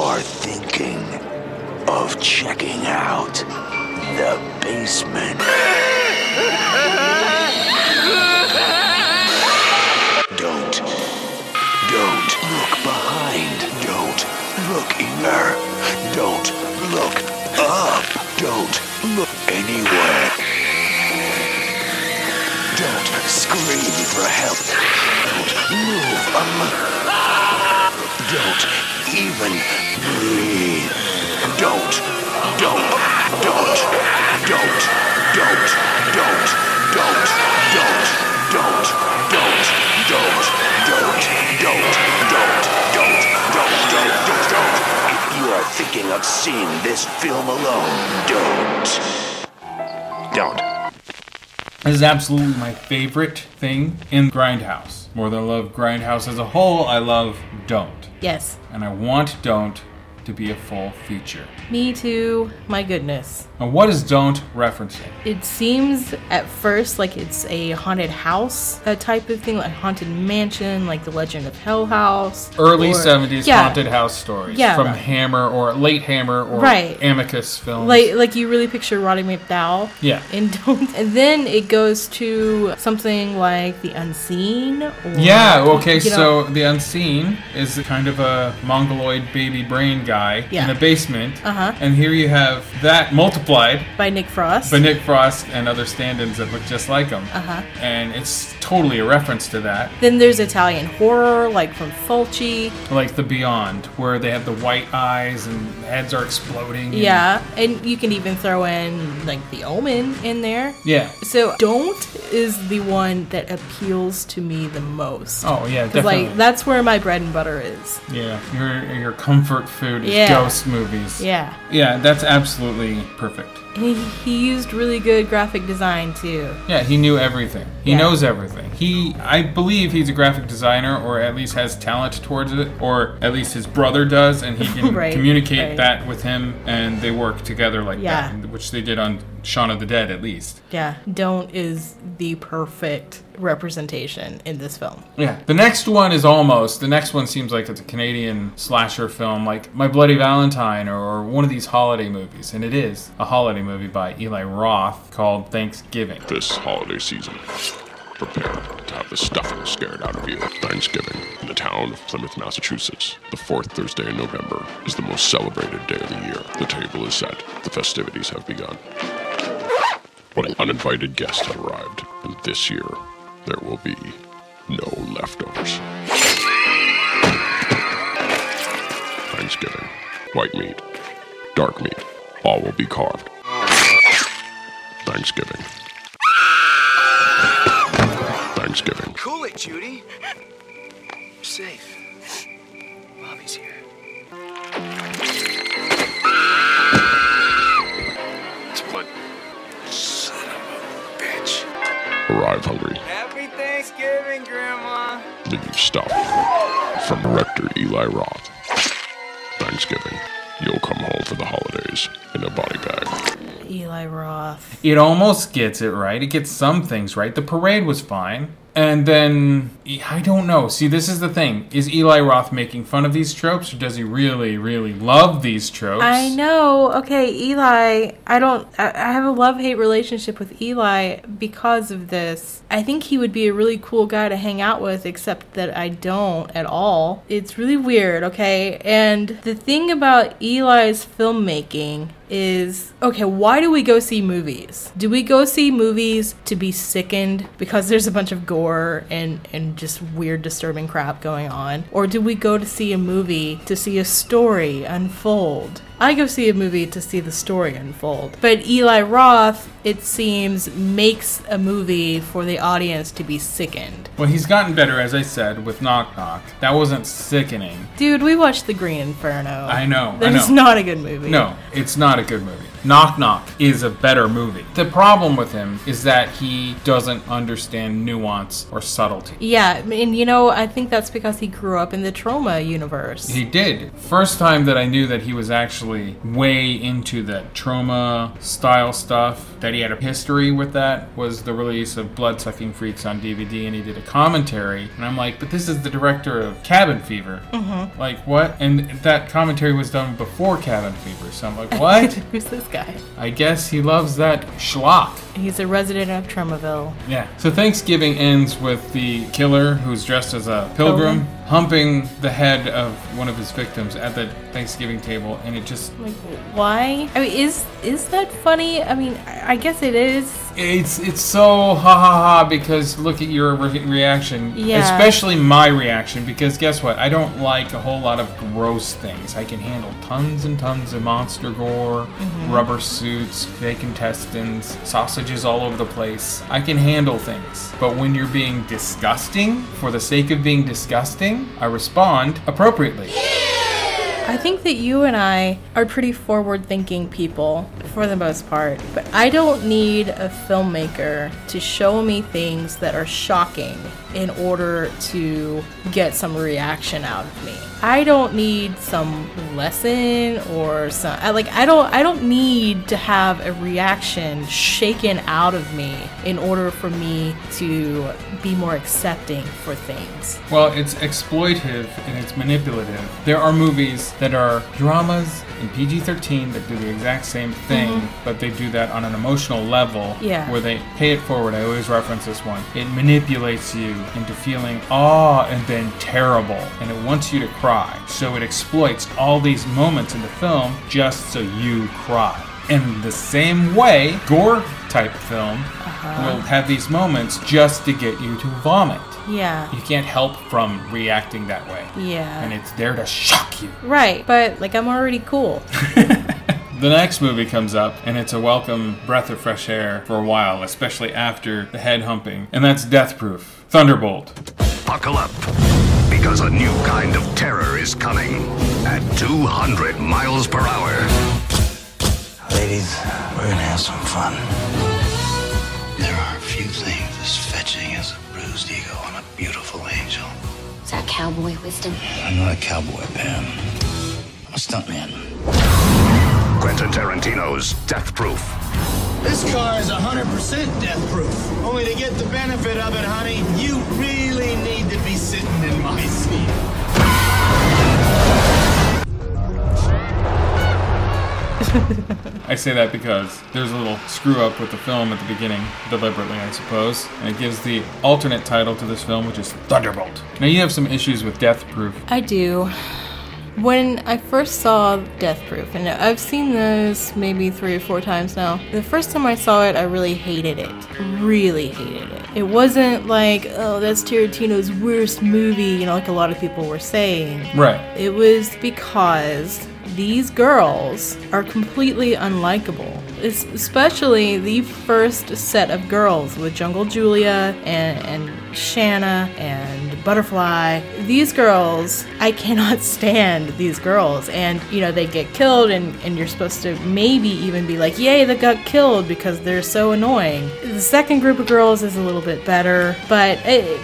R: are thinking
E: of checking out the basement. Don't, don't look behind. Don't look inner. Don't look up. Don't look anywhere. Don't scream for help. Don't move. Um, don't even breathe. Don't, don't, don't, don't, don't, don't, don't, don't, don't, don't, don't, don't, don't, don't, don't, don't, don't, don't, don't. If you are thinking of seeing this film alone, don't. Don't.
D: This is absolutely my favorite thing in Grindhouse. More than I love Grindhouse as a whole, I love Don't.
C: Yes.
D: And I want Don't to be a full feature.
C: Me too. My goodness.
D: Now, what is Don't referencing?
C: It seems at first like it's a haunted house, that type of thing, like haunted mansion, like the Legend of Hell House.
D: Early
C: or-
D: 70s
C: Yeah.
D: haunted house stories
C: Yeah.
D: from Hammer or late Hammer or
C: Right.
D: Amicus films.
C: Like, like you really picture Roddy McDowell.
D: Yeah.
C: And don't. And then it goes to something like the unseen. Or,
D: Yeah, okay,
C: you know,
D: so the unseen is kind of a mongoloid baby brain guy
C: Yeah.
D: in a basement.
C: Uh-huh.
D: And here you have that multiplied
C: by Nick Frost.
D: by Nick Frost and other stand ins that look just like him.
C: Uh-huh.
D: And it's totally a reference to that.
C: Then there's Italian horror, like from Fulci.
D: Like the Beyond, where they have the white eyes and heads are exploding. and-
C: Yeah, and you can even throw in like the Omen in there.
D: Yeah.
C: So don't is the one that appeals to me the most.
D: Oh, yeah,
C: 'Cause,
D: definitely.
C: Like that's where my bread and butter is.
D: Yeah, your your comfort food is
C: Yeah.
D: ghost movies.
C: Yeah.
D: Yeah, that's absolutely perfect.
C: And he, he used really good graphic design too.
D: Yeah, he knew everything. He
C: Yeah.
D: knows everything. He I believe he's a graphic designer or at least has talent towards it or at least his brother does and he can
C: [laughs] Right,
D: communicate
C: right.
D: that with him and they work together like
C: Yeah.
D: that, which they did on Shaun of the Dead at least.
C: Yeah, don't is the perfect representation in this film.
D: Yeah. The next one is almost. The next one seems like it's a Canadian slasher film, like My Bloody Valentine or, or one of these holiday movies. And it is a holiday movie by Eli Roth called Thanksgiving.
N: This holiday season, prepare to have the stuffing scared out of you. Thanksgiving in the town of Plymouth, Massachusetts. The fourth Thursday in November is the most celebrated day of the year. The table is set, the festivities have begun. But an uninvited guest had arrived, and this year there will be no leftovers. Thanksgiving. White meat, dark meat, all will be carved. Thanksgiving. Thanksgiving.
E: Cool it, Judy. Safe. Bobby's here. What? Son of a bitch.
N: Arrive hungry.
E: Happy Thanksgiving, Grandma.
N: Leave stuffed. From director Eli Roth. Thanksgiving. You'll come home for the holidays in a body bag.
C: Eli Roth.
D: It almost gets it right. It gets some things right. The parade was fine. And then I don't know. See, this is the thing. Is Eli Roth making fun of these tropes or does he really really love these tropes?
C: I know. Okay, Eli, I don't. I, I have a love hate relationship with Eli because of this. I think he would be a really cool guy to hang out with, except that I don't at all. It's really weird, okay? And the thing about Eli's filmmaking is okay, why do we go see movies? Do we go see movies to be sickened because there's a bunch of gore and, and just weird, disturbing crap going on? Or do we go to see a movie to see a story unfold? I go see a movie to see the story unfold. But Eli Roth, it seems, makes a movie for the audience to be sickened.
D: Well, he's gotten better as I said with Knock Knock. That wasn't sickening.
C: Dude, we watched The Green Inferno.
D: I know. I
C: That is
D: know.
C: not a good movie.
D: No, it's not a a good movie. Knock Knock is a better movie. The problem with him is that he doesn't understand nuance or subtlety.
C: Yeah, and you know, I think that's because he grew up in the trauma universe.
D: He did. First time that I knew that he was actually way into the trauma style stuff, that he had a history with that, was the release of Bloodsucking Freaks on DVD, and he did a commentary. And I'm like, but this is the director of Cabin Fever.
C: Mhm.
D: Like, what? And that commentary was done before Cabin Fever. So I'm like, what?
C: [laughs] Who's this guy?
D: I guess he loves that schlock.
C: He's a resident of Tremaville.
D: Yeah. So Thanksgiving ends with the killer who's dressed as a pilgrim
C: Pilgrim.
D: humping the head of one of his victims at the Thanksgiving table, and it just
C: Like, why? I mean, is is that funny? I mean, I I guess it is.
D: it's it's so ha ha ha because look at your re- reaction,
C: Yeah.
D: especially my reaction because guess what? I don't like a whole lot of gross things. I can handle tons and tons of monster gore,
B: Mhm.
D: rubber suits, fake intestines, sausages all over the place. I can handle things, but when you're being disgusting for the sake of being disgusting, I respond appropriately.
C: I think that you and I are pretty forward thinking people for the most part, but I don't need a filmmaker to show me things that are shocking in order to get some reaction out of me. I don't need some lesson or some I, like I don't I don't need to have a reaction shaken out of me in order for me to be more accepting for things.
D: Well, it's exploitive and it's manipulative. There are movies that are dramas and PG 13 that do the exact same thing,
C: Mhm.
D: but they do that on an emotional level
C: Yeah.
D: where they pay it forward. I always reference this one. It manipulates you into feeling awe and then terrible, and it wants you to cry. So it exploits all these moments in the film just so you cry. In the same way, gore type film will have these moments just to get you to vomit.
C: Yeah.
D: You can't help from reacting that way.
C: Yeah.
D: And it's there to shock you.
C: Right, but like I'm already cool.
D: The next movie comes up, and it's a welcome breath of fresh air for a while, especially after the head humping. And that's Death Proof Thunderbolt.
E: Buckle up, because a new kind of terror is coming at 200 miles per hour.
G: Ladies, we're gonna have some fun. There are few things as fetching as a bruised ego on a beautiful angel.
J: Is that cowboy wisdom?
G: I'm not a cowboy, Pam. I'm a stuntman.
E: Quentin Tarantino's Death Proof.
S: This car is 100% death proof. Only to get the benefit of it, honey, you really need to be sitting in my seat.
D: I say that because there's a little screw up with the film at the beginning, deliberately, I suppose. And it gives the alternate title to this film, which is Thunderbolt. Now, you have some issues with Death Proof.
C: I do. When I first saw Death Proof, and I've seen this maybe three or four times now, the first time I saw it, I really hated it. Really hated it. It wasn't like, oh, that's Tarantino's worst movie, you know, like a lot of people were saying.
D: Right.
C: It was because these girls are completely unlikable. It's especially the first set of girls with Jungle Julia and, and Shanna and Butterfly. These girls, I cannot [laughs] stand these girls. And, you know, they get killed, and, and you're supposed to maybe even be like, yay, they got killed because they're so annoying. The second group of girls is a little bit better, but it,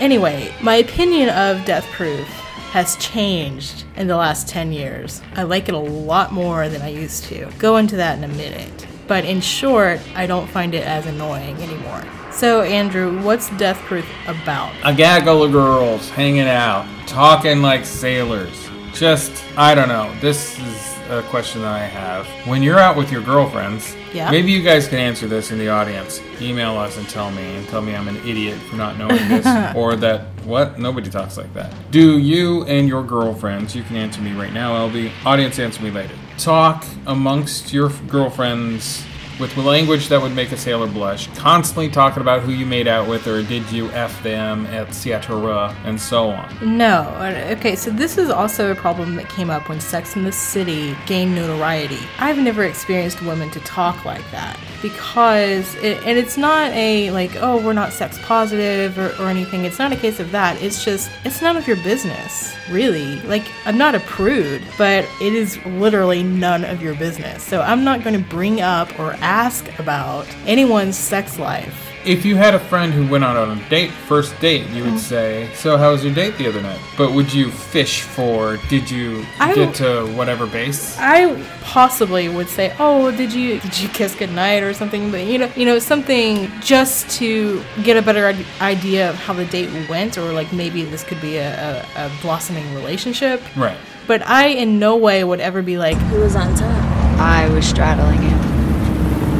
C: anyway, my opinion of Death Proof has changed in the last 10 years. I like it a lot more than I used to. Go into that in a minute. But in short, I don't find it as annoying anymore. So, Andrew, what's Death Proof about?
D: A gaggle of girls hanging out, talking like sailors. Just, I don't know. This is a question that I have. When you're out with your girlfriends,
B: Yeah.
D: maybe you guys can answer this in the audience. Email us and tell me, and tell me I'm an idiot for not knowing this, or that, what? Nobody talks like that. Do you and your girlfriends, you can answer me right now, LB, audience answer me later, talk amongst your f- girlfriends with language that would make a sailor blush, constantly talking about who you made out with or did you F them, etc., and so on.
C: No. Okay, so this is also a problem that came up when Sex in the City gained notoriety. I've never experienced women to talk like that because, it, and it's not a like, oh, we're not sex positive or, or anything. It's not a case of that. It's just, it's none of your business, really. Like, I'm not a prude, but it is literally none of your business. So I'm not going to bring up or ask about anyone's sex life.
D: If you had a friend who went out on a date, first date, you
C: Mm.
D: would say, "So how was your date the other night?" But would you fish for? Did you
C: I
D: get to whatever base?
C: I possibly would say, "Oh, did you did you kiss goodnight or something?" But you know, you know, something just to get a better id- idea of how the date went, or like maybe this could be a, a, a blossoming relationship.
D: Right.
C: But I, in no way, would ever be like,
T: Who was on top? I was straddling him.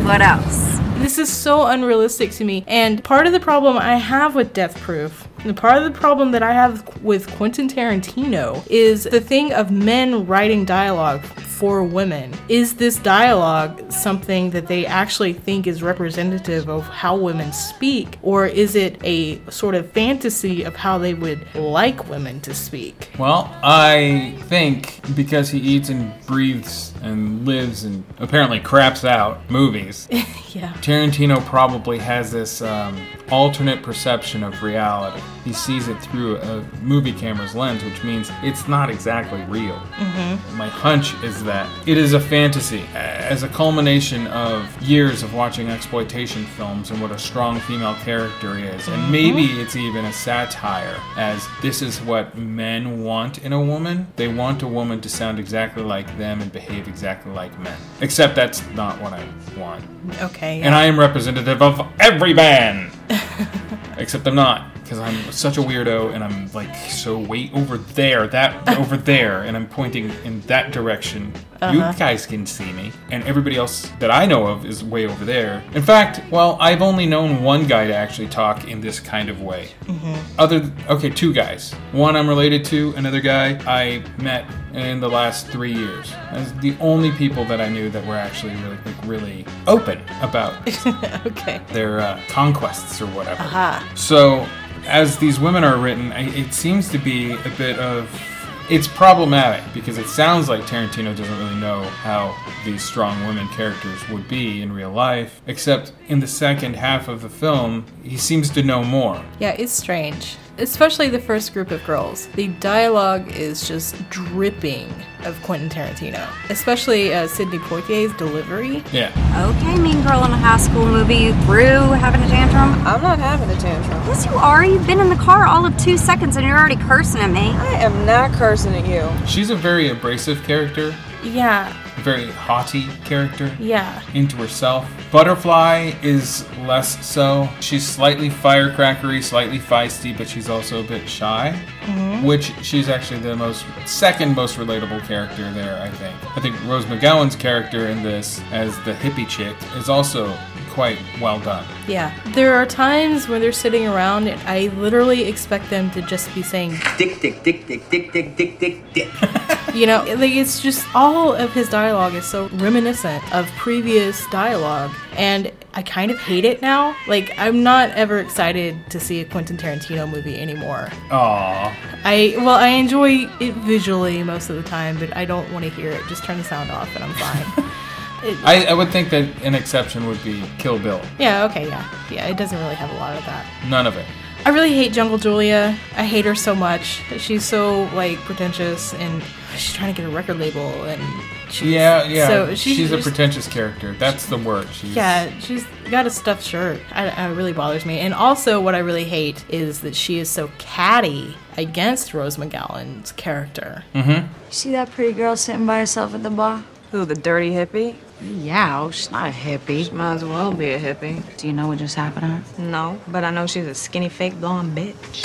T: What else?
C: This is so unrealistic to me. And part of the problem I have with Death Proof, and part of the problem that I have with Quentin Tarantino, is the thing of men writing dialogue for women. Is this dialogue something that they actually think is representative of how women speak, or is it a sort of fantasy of how they would like women to speak?
D: Well, I think because he eats and breathes and lives and apparently craps out movies,
C: [laughs] yeah.
D: Tarantino probably has this um, alternate perception of reality. He sees it through a movie camera's lens, which means it's not exactly real.
C: Mhm.
D: My hunch is that it is a fantasy. As a culmination of years of watching exploitation films and what a strong female character is, and maybe it's even a satire, as this is what men want in a woman. They want a woman to sound exactly like them and behave exactly like men. Except that's not what I want.
C: Okay.
D: And I am representative of every man! Except I'm not, because I'm such a weirdo and I'm like so way over there, that over there, and I'm pointing in that direction.
C: Uh-huh.
D: You guys can see me, and everybody else that I know of is way over there. In fact, well, I've only known one guy to actually talk in this kind of way.
C: Mhm.
D: Other, okay, two guys. One I'm related to, another guy I met in the last three years. As the only people that I knew that were actually really, like, really open about
C: okay.
D: their uh, conquests or whatever.
C: Aha.
D: So, as these women are written, I- it seems to be a bit of. It's problematic because it sounds like Tarantino doesn't really know how these strong women characters would be in real life, except in the second half of the film, he seems to know more.
C: Yeah, it's strange. Especially the first group of girls. The dialogue is just dripping of Quentin Tarantino. Especially uh, Sidney Poitier's delivery.
D: Yeah.
U: Okay, mean girl in a high school movie, you through having a tantrum? I'm not having a tantrum. Yes, you are. You've been in the car all of two seconds and you're already cursing at me. I am not cursing at you.
D: She's a very abrasive character,
C: Yeah,
D: a very haughty character.
C: yeah.
D: into herself. Butterfly is less so. She's slightly firecrackery, slightly feisty, but she's also a bit shy.
C: Mhm.
D: Which she's actually the most second most relatable character there, I think. I think Rose McGowan's character in this as the hippie chick is also quite well done.
C: Yeah. There are times when they're sitting around and I literally expect them to just be saying,
V: Dick, dick, dick, dick, dick, dick, dick, dick,
D: [laughs]
V: dick.
C: you know, like it's just all of his dialogue is so reminiscent of previous dialogue. And I kind of hate it now. Like, I'm not ever excited to see a Quentin Tarantino movie anymore.
D: Aww.
C: I well, I enjoy it visually most of the time, but I don't want to hear it. Just turn the sound off, and I'm fine.
D: [laughs]
C: It-
D: I, I would think that an exception would be Kill Bill.
C: yeah, okay, yeah, yeah. It doesn't really have a lot of that.
D: None of it.
C: I really hate Jungle Julia. I hate her so much. She's so like pretentious, and she's trying to get a record label, and she's,
D: yeah, yeah.
C: So
D: she's,
C: she's,
D: a
C: just-
D: pretentious character. That's the word. She's,
C: Yeah, she's got a stuffed shirt. I, I- it really bothers me. And also, what I really hate is that she is so catty against Rose McGowan's character.
D: Mm-hmm.
W: See that pretty girl sitting by herself at the bar? Who, the dirty hippie? Yeah, she's not a hippie. She might as well be a hippie. Do you know what just happened to her? No, but I know she's a skinny, fake, blonde bitch.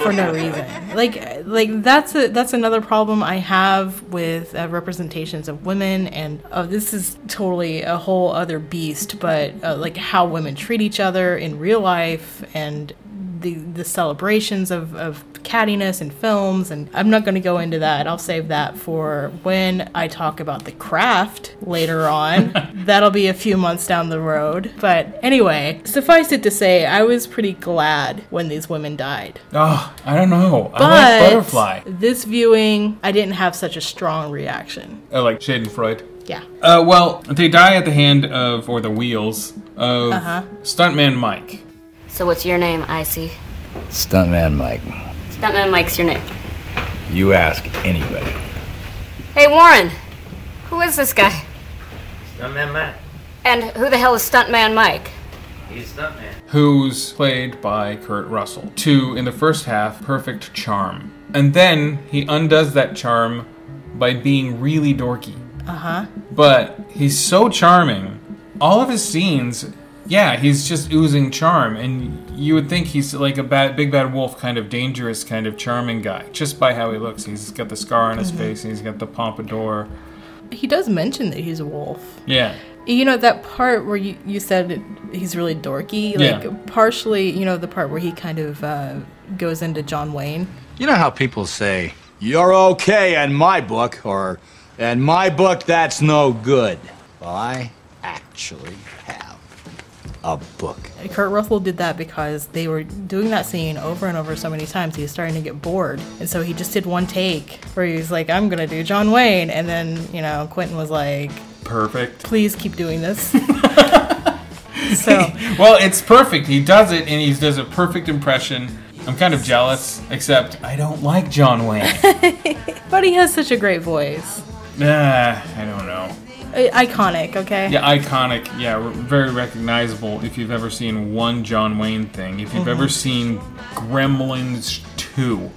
C: for no reason. Like, like that's a that's another problem I have with uh, representations of women, and oh, this is totally a whole other beast. But uh, like how women treat each other in real life, and the the celebrations of of cattiness and films, and I'm not going to go into that. I'll save that for when I talk about the craft later on. That'll be a few months down the road. But anyway, suffice it to say, I was pretty glad when these women died.
D: Oh, I don't know.
C: But
D: I like Butterfly.
C: this viewing, I didn't have such a strong reaction.
D: I like Schadenfreude.
C: Yeah.
D: Uh, well, they die at the hand of, or the wheels of
J: Uh-huh.
D: stuntman Mike.
J: So what's your name, Icy?
A: Stuntman Mike,
J: Stuntman Mike's your name.
A: you ask anybody.
J: Hey, Warren. Who is this guy?
L: Stuntman Mike.
J: And who the hell is Stuntman Mike?
L: He's stuntman.
D: who's played by Kurt Russell. Two in the first half, perfect charm. And then he undoes that charm by being really dorky.
C: Uh huh.
D: But he's so charming. All of his scenes, yeah, he's just oozing charm. And you would think he's like a bad, big bad wolf kind of dangerous, kind of charming guy just by how he looks. He's got the scar on his
C: Mhm.
D: face and he's got the pompadour.
C: He does mention that he's a wolf.
D: Yeah.
C: You know that part where you, you said that he's really dorky, like
H: Yeah.
C: partially, you know, the part where he kind of uh, goes into John Wayne.
H: You know how people say, you're okay in my book, or in my book, that's no good. Well, I actually have a book.
C: Kurt Russell did that because they were doing that scene over and over so many times. He was starting to get bored, and so he just did one take where he was like, "I'm gonna do John Wayne," and then you know Quentin was like,
D: Perfect.
C: "Please keep doing this." [laughs]
D: well, it's perfect. He does it, and he does a perfect impression. I'm kind of jealous, except I don't like John Wayne.
C: but he has such a great voice,
D: nah, I don't know.
C: I- iconic. Okay.
D: Yeah, iconic. Yeah, re- very recognizable. If you've ever seen one John Wayne thing, if you've
C: Mhm.
D: ever seen Gremlins 2,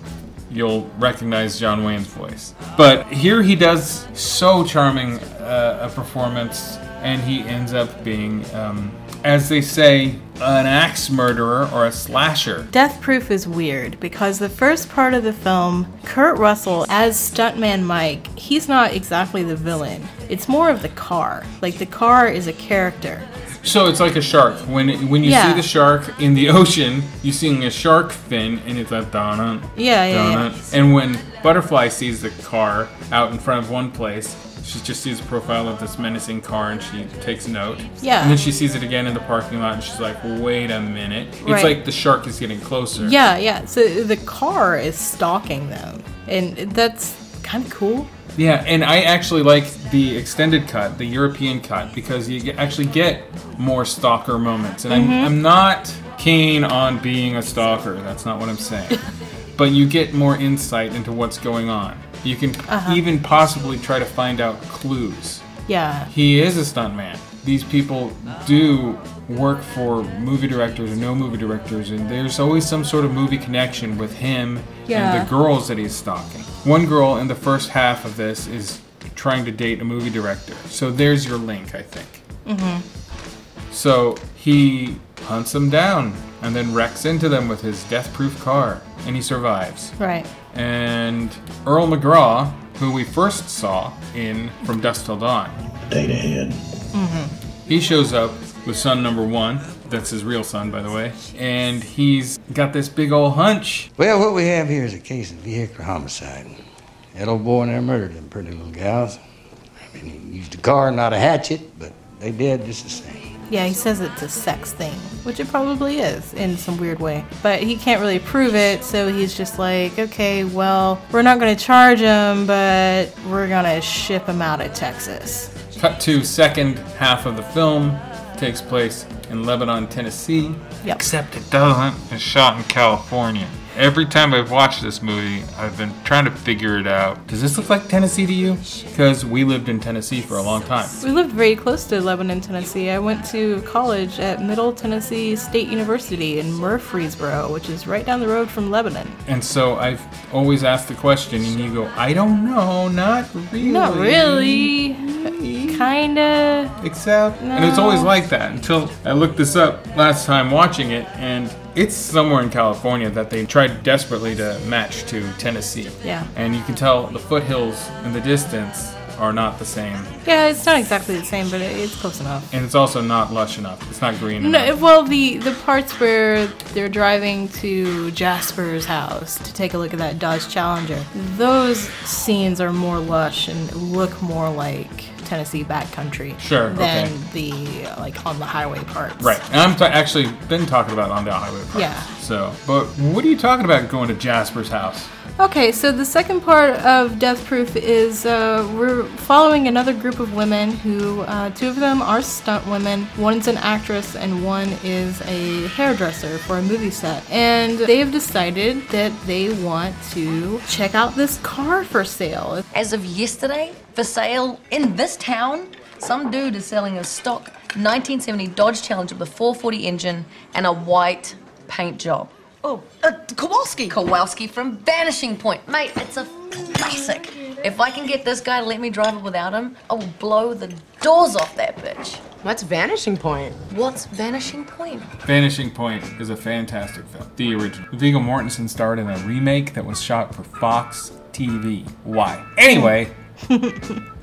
D: you'll recognize John Wayne's voice. But here he does so charming uh, a performance, and he ends up being, um, as they say, an axe murderer or a slasher.
C: Death Proof is weird because the first part of the film, Kurt Russell as stuntman Mike, he's not exactly the villain. It's more of the car. Like the car is a character.
D: So it's like a shark. When when you
C: Yeah.
D: see the shark in the [laughs] ocean, you're seeing a shark fin, and it's like donna,
C: Yeah, yeah, yeah.
D: And when Butterfly sees the car out in front of one place, she just sees a profile of this menacing car, and she takes note.
C: Yeah.
D: And then she sees it again in the parking lot, and she's like, "Wait a minute!" It's
C: Right.
D: like the shark is getting closer.
C: Yeah, yeah. So the car is stalking them. And that's kind of cool.
D: Yeah, and I actually like the extended cut, the European cut, because you get- actually get more stalker moments. And
C: Mhm.
D: I'm, I'm not keen on being a stalker, that's not what I'm saying. but you get more insight into what's going on. You can
C: Uh-huh.
D: even possibly try to find out clues.
C: Yeah.
D: He is a stuntman. These people do work for movie directors and no movie directors, and there's always some sort of movie connection with him
C: Yeah.
D: and the girls that he's stalking. One girl in the first half of this is trying to date a movie director. So there's your link, I think.
C: Mm-hmm.
D: So he hunts them down and then wrecks into them with his death proof car, and he survives.
C: Right.
D: And Earl McGraw, who we first saw in From Dusk Till Dawn,
G: Data head.
C: Mm-hmm.
D: he shows up with son number one. That's his real son, by the way. And he's got this big old hunch.
K: Well, what we have here is a case of vehicular homicide. That old boy in there murdered them pretty little gals. I mean, he used a car, not a hatchet, but they did just the same.
C: Yeah, he says it's a sex thing, which it probably is in some weird way. But he can't really prove it, so he's just like, okay, well, we're not going to charge him, but we're going to ship him out of Texas.
D: Cut to second half of the film takes place in Lebanon, Tennessee.
C: Yep.
D: Except it doesn't. It's shot in California. Every time I've watched this movie, I've been trying to figure it out. Does this look like Tennessee to you? Because we lived in Tennessee for a long time.
C: We lived very close to Lebanon, Tennessee. I went to college at Middle Tennessee State University in Murfreesboro, which is right down the road from Lebanon.
D: And so I've always asked the question, and you go, I don't know, not really.
C: Not really. Kinda.
D: Except.
C: No.
D: And it's always like that until I looked this up last time watching it, and it's somewhere in California that they tried desperately to match to Tennessee.
C: Yeah.
D: And you can tell the foothills in the distance are not the same,
C: Yeah, it's not exactly the same, but it, it's close enough.
D: and it's also not lush enough. It's not green
C: No,
D: enough.
C: it- well, the the parts where they're driving to Jasper's house to take a look at that Dodge Challenger, those scenes are more lush and look more like Tennessee backcountry
D: Sure,
C: than
D: okay.
C: the uh, like on the highway parts.
D: Right, and I'm t- actually been talking about it on the highway. Park.
C: Yeah.
D: So, but what are you talking about going to Jasper's house?
C: Okay, so the second part of Death Proof is uh, we're following another group of women who, uh, two of them are stunt women. One's an actress and one is a hairdresser for a movie set. And they have decided that they want to check out this car for sale.
F: As of yesterday, for sale in this town, some dude is selling a stock 1970 Dodge Challenger with a 440 engine and a white paint job. Oh, uh, Kowalski. Kowalski from Vanishing Point. Mate, it's a classic. If I can get this guy to let me drive it without him, I will blow the doors off that bitch.
M: What's Vanishing Point?
F: What's Vanishing Point?
D: Vanishing Point is a fantastic film. The original. Viggo Mortensen starred in a remake that was shot for Fox TV. Why? Anyway,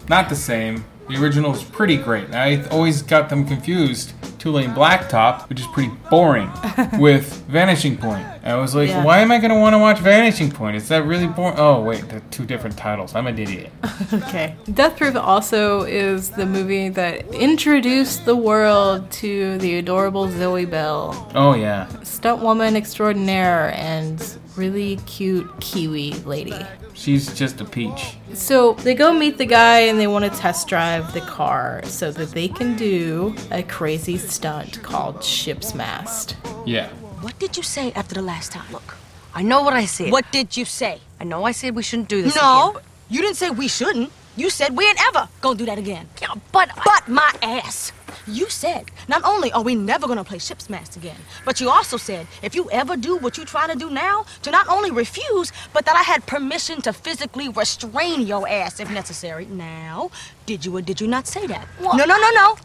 D: not the same. The original's pretty great. I always got them confused. Tulane Blacktop, which is pretty boring, with Vanishing Point. I was like,
C: Yeah.
D: why am I going to want to watch Vanishing Point? Is that really boring? Oh, wait, they're two different titles. I'm an idiot.
C: Okay. Death Proof also is the movie that introduced the world to the adorable Zoe Bell.
D: Oh, yeah.
C: Stunt woman extraordinaire and really cute Kiwi lady.
D: She's just a peach.
C: So they go meet the guy and they want to test drive the car so that they can do a crazy stunt called ship's mast.
D: Yeah.
F: What did you say after the last time? Look, I know what I said. What did you say? I know I said we shouldn't do this.
M: No,
F: you didn't say we shouldn't. You said we ain't ever gonna do that again. Yeah, but
M: But my ass! You said not only are we never gonna play ship's mask again, but you also said if you ever do what you trying to do now, to not only refuse, but that I had permission to physically restrain your ass if necessary. Now, did you or did you not say that? No, no, no, no.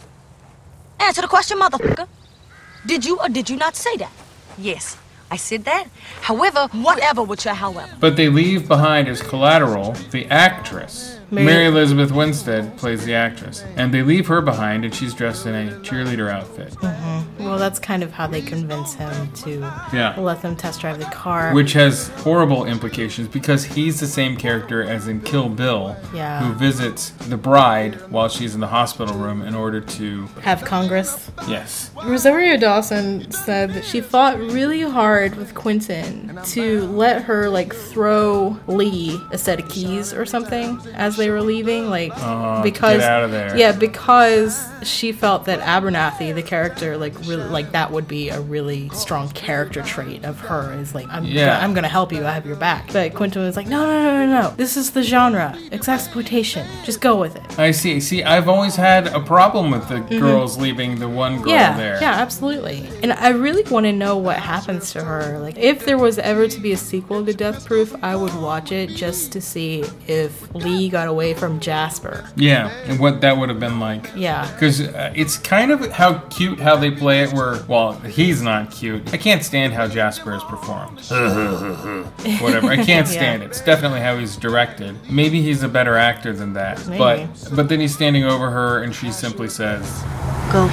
M: Answer the question, motherfucker. Did you or did you not say that? Yes, I said that. However, whatever with your however.
D: But they leave behind as collateral the actress.
M: Mary-
D: Mary, Elizabeth Winstead plays the actress. And they leave her behind, and she's dressed in a cheerleader outfit.
C: Well, that's kind of how they convince him to
D: Yeah.
C: let them test drive the car.
D: Which has horrible implications because he's the same character as in Kill Bill,
C: Yeah.
D: who visits the bride while she's in the hospital room in order to.
C: have Congress.
D: Yes.
C: Rosario Dawson said that she fought really hard with Quentin to let her like throw Lee a set of keys or something as they were leaving, like
D: Oh, to
C: because
D: get out of there.
C: yeah, because she felt that Abernathy, the character, like really like that would be a really strong character trait of her is like I'm
D: Yeah.
C: gonna, I'm gonna help you, I have your back. But Quentin was like, no, no, no, no, no, this is the genre, it's exploitation, just go with it.
D: I see. See, I've always had a problem with the
C: Mhm.
D: girls leaving the one girl
C: yeah,
D: there.
C: Yeah, absolutely. And I really want to know what happens to her. Like, if there was ever to be a sequel to Death Proof, I would watch it just to see if Lee got away from Jasper.
D: Yeah, and what that would have been like.
C: Yeah.
D: Because uh, it's kind of how cute how they play it, where, well, he's not cute. I can't stand how Jasper is performed. Whatever. I
B: [laughs]
D: can't
B: Yeah.
D: stand it. It's definitely how he's directed. Maybe he's a better actor than that.
B: Maybe.
D: But but then he's standing over her and she simply says,
B: Go.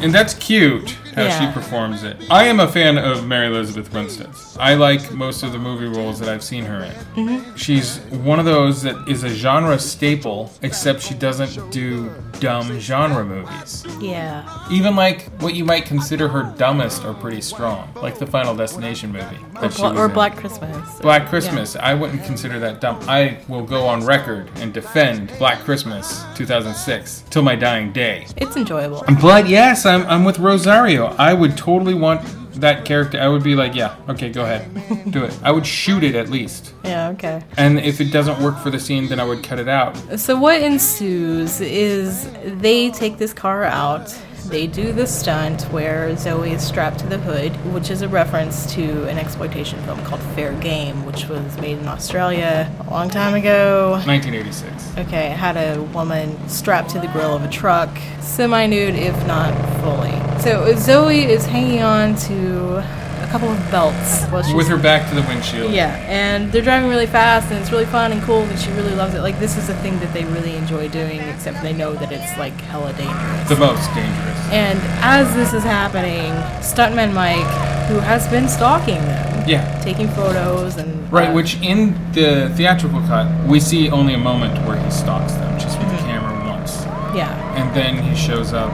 D: And that's cute how
B: Yeah.
D: she performs it. I am a fan of Mary Elizabeth Winstead. I like most of the movie roles that I've seen her in.
C: Mm-hmm.
D: She's one of those that is a genre staple, except she doesn't do dumb genre movies.
C: Yeah.
D: Even like what you might consider her dumbest are pretty strong, like the Final Destination movie.
C: Or,
D: that she
C: Bla-
D: was
C: or
D: in.
C: Black Christmas.
D: Black Christmas. I wouldn't consider that dumb. I will go on record and defend Black Christmas 2006 till my dying day.
C: Yeah. It's enjoyable.
D: But yes, I'm, I'm with Rosario. I would totally want that character. I would be like, yeah, okay, go ahead. Do it. I would shoot it at least.
C: Yeah, okay.
D: And if it doesn't work for the scene, then I would cut it out.
C: So what ensues is they take this car out. They do the stunt where Zoe is strapped to the hood, which is a reference to an exploitation film called Fair Game, which was made in Australia a long time ago.
D: 1986.
C: Okay, it had a woman strapped to the grill of a truck, semi nude if not fully. So Zoe is hanging on to a couple of belts. Well, she's-
D: With her back to the windshield.
C: Yeah, and they're driving really fast, and it's really fun and cool, and she really loves it. Like, this is a thing that they really enjoy doing, except they know that it's, like, hella dangerous.
D: The most dangerous.
C: And as this is happening, Stuntman Mike, who has been stalking them,
D: Yeah.
C: taking photos and. uh,
D: Right, which in the theatrical cut, we see only a moment where he stalks them, just with the camera once.
C: Yeah.
D: And then he shows up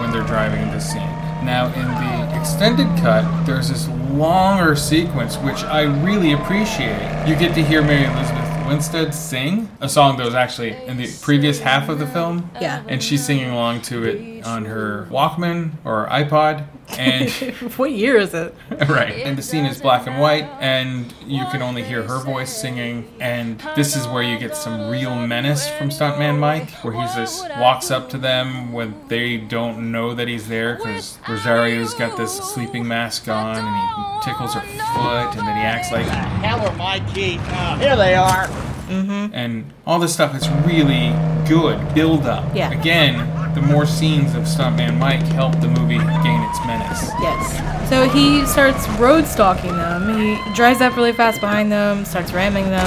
D: when they're driving the scene. Now, in the extended cut, there's this longer sequence, which I really appreciate. You get to hear Mary Elizabeth Winstead sing a song that was actually in the previous half of the film.
C: Yeah. [laughs]
D: And she's singing along to it on her Walkman or iPod. And
C: what year is it?
D: right. And the scene is black and white, and you can only hear her voice singing. And this is where you get some real menace from Stuntman Mike, where he just walks up to them when they don't know that he's there because Rosario's got this sleeping mask on, and he tickles her foot, and then he acts like.
S: Hell or my key. here they are.
D: Mm-hmm. And all this stuff is really good build up.
S: Yeah.
D: Again, the more scenes of Stuntman Mike help the movie gain its menace.
C: Yes. So he starts road stalking them. He drives up really fast behind them, starts ramming them.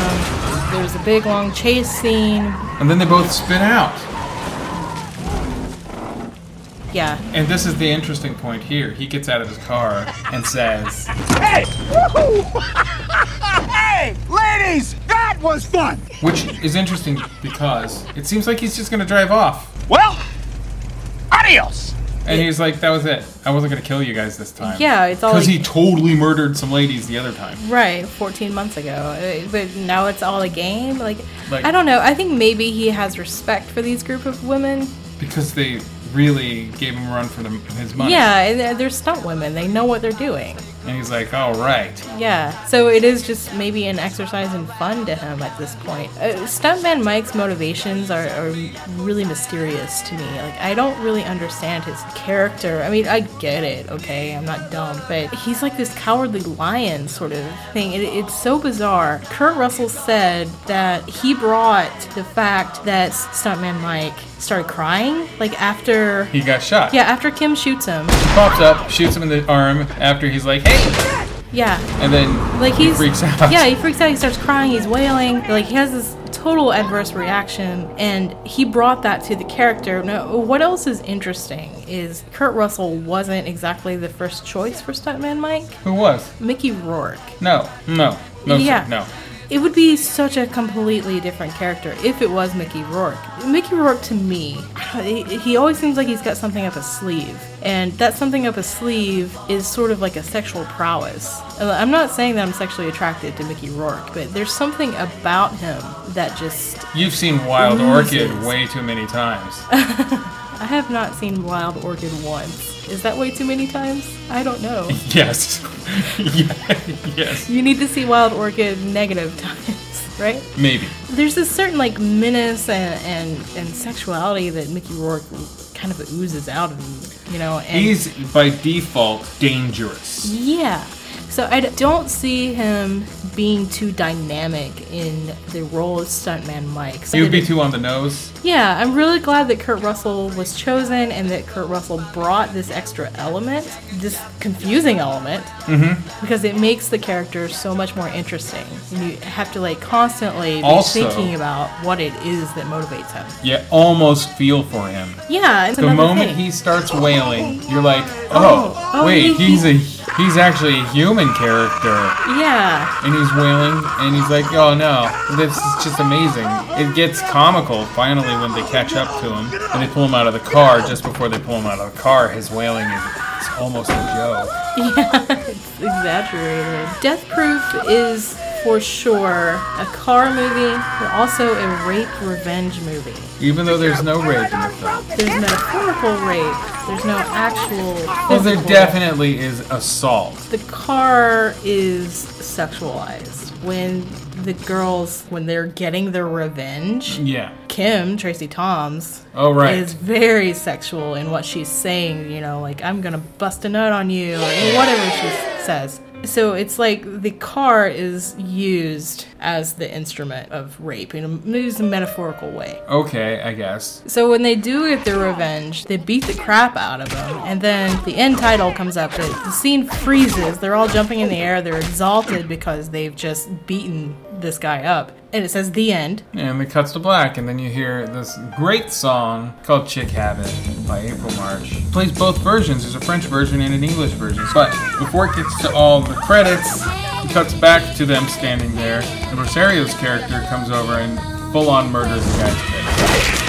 C: There's a big long chase scene.
D: And then they both spin out.
C: Yeah.
D: And this is the interesting point here. He gets out of his car and says,
S: Hey! Woohoo! hey! Ladies! That was fun!
D: which is interesting because it seems like he's just going to drive off.
S: Well, adios!
D: And he's like, that was it. I wasn't going to kill you guys this time.
C: Yeah, it's all
D: Because
C: like-
D: he totally murdered some ladies the other time.
C: Right, 14 months ago. Uh, But now it's all a game. Like,
D: Like-
C: I don't know. I think maybe he has respect for these group of women.
D: Because they really gave him a run for the, his money.
C: Yeah, and uh, they're- they're stunt women. They know what they're doing.
D: And he's like, all right.
C: Yeah, so it is just maybe an exercise in fun to him at this point. Uh, Stuntman Mike's motivations are, are really mysterious to me. Like, I don't really understand his character. I mean, I get it, okay? I'm not dumb, but he's like this cowardly lion sort of thing. It, it's so bizarre. Kurt Russell said that he brought the fact that Stuntman Mike started crying, like, after.
D: He got shot.
C: Yeah, after Kim shoots him.
D: Pops up, shoots him in the arm after he's like, hey!
C: Yeah.
D: And then
C: Like
D: he
C: he's
D: freaks out.
C: Yeah, he freaks out. He starts crying. He's wailing. Like he has this total adverse reaction, and he brought that to the character. Now, what else is interesting is Kurt Russell wasn't exactly the first choice for Stuntman Mike.
D: Who was?
C: Mickey Rourke.
D: No, no, no, sir,
C: Yeah.
D: no.
C: It would be such a completely different character if it was Mickey Rourke. Mickey Rourke to me, [sighs] I don't- he he always seems like he's got something up his sleeve, and that something up his sleeve is sort of like a sexual prowess. Uh, I'm not saying that I'm sexually attracted to Mickey Rourke, but there's something about him that just
D: You've seen Wild
C: Loses.
D: Orchid way too
C: [laughs]
D: many times.
C: I have not seen Wild Orchid once. Is that way too many times? I don't know.
D: [laughs] Yes. yes.
C: You need to see Wild Orchid negative [laughs] times, right?
D: Maybe.
C: There's this certain like menace and and, and sexuality that Mickey Rourke kind of oozes out of him, you know. And
D: He's by default dangerous.
C: yeah. So I d- don't see him being too dynamic in the role of stuntman Mike. So
D: He would
C: that
D: be
C: it-
D: too on the nose.
C: Yeah, I'm really glad that Kurt Russell was chosen and that Kurt Russell brought this extra element, this confusing element,
D: Mm-hmm.
C: because it makes the character so much more interesting. And you have to like constantly be
D: Also-
C: thinking about what it is that motivates him.
D: You almost feel for him.
C: Yeah, it's
D: the
C: another
D: moment
C: thing.
D: he starts wailing, you're like, oh,
C: Oh, oh,
D: wait,
C: he-
D: he's a he's actually a human character.
C: Yeah. [laughs]
D: And he's wailing, and he's like, oh no, this is just amazing. It gets comical finally when they catch up to him and they pull him out of the car. Just before they pull him out of the car, his wailing is it's almost a joke.
C: Yeah, it's exaggerated. Death Proof is for sure a car movie, but also a rape revenge movie.
D: Even though there's no rape in the film.
C: There's metaphorical rape. There's no actual.
D: Well, there
C: physical-
D: definitely is assault.
C: The car is sexualized when the girls, when they're getting their revenge.
D: Yeah.
C: Kim Tracy Toms.
D: Oh, right.
C: Is very sexual in what she's saying. You know, like I'm gonna bust a nut on you or whatever she says. So it's like the car is used as the instrument of rape in a moves a metaphorical way.
D: Oh. Okay, I guess.
C: So when they do get their revenge, they beat the crap out of them, and then the end title comes up. The, the scene freezes. They're all jumping in the air. They're exalted because they've just beaten this guy up, and it says the end.
D: And it cuts to black, and then you hear this great song called Chick Habit by April March. plays both versions. There's a French version and an English version. But before it gets to all the credits, it cuts back to them standing there, and Rosario's character comes over and full on murders the guy's face.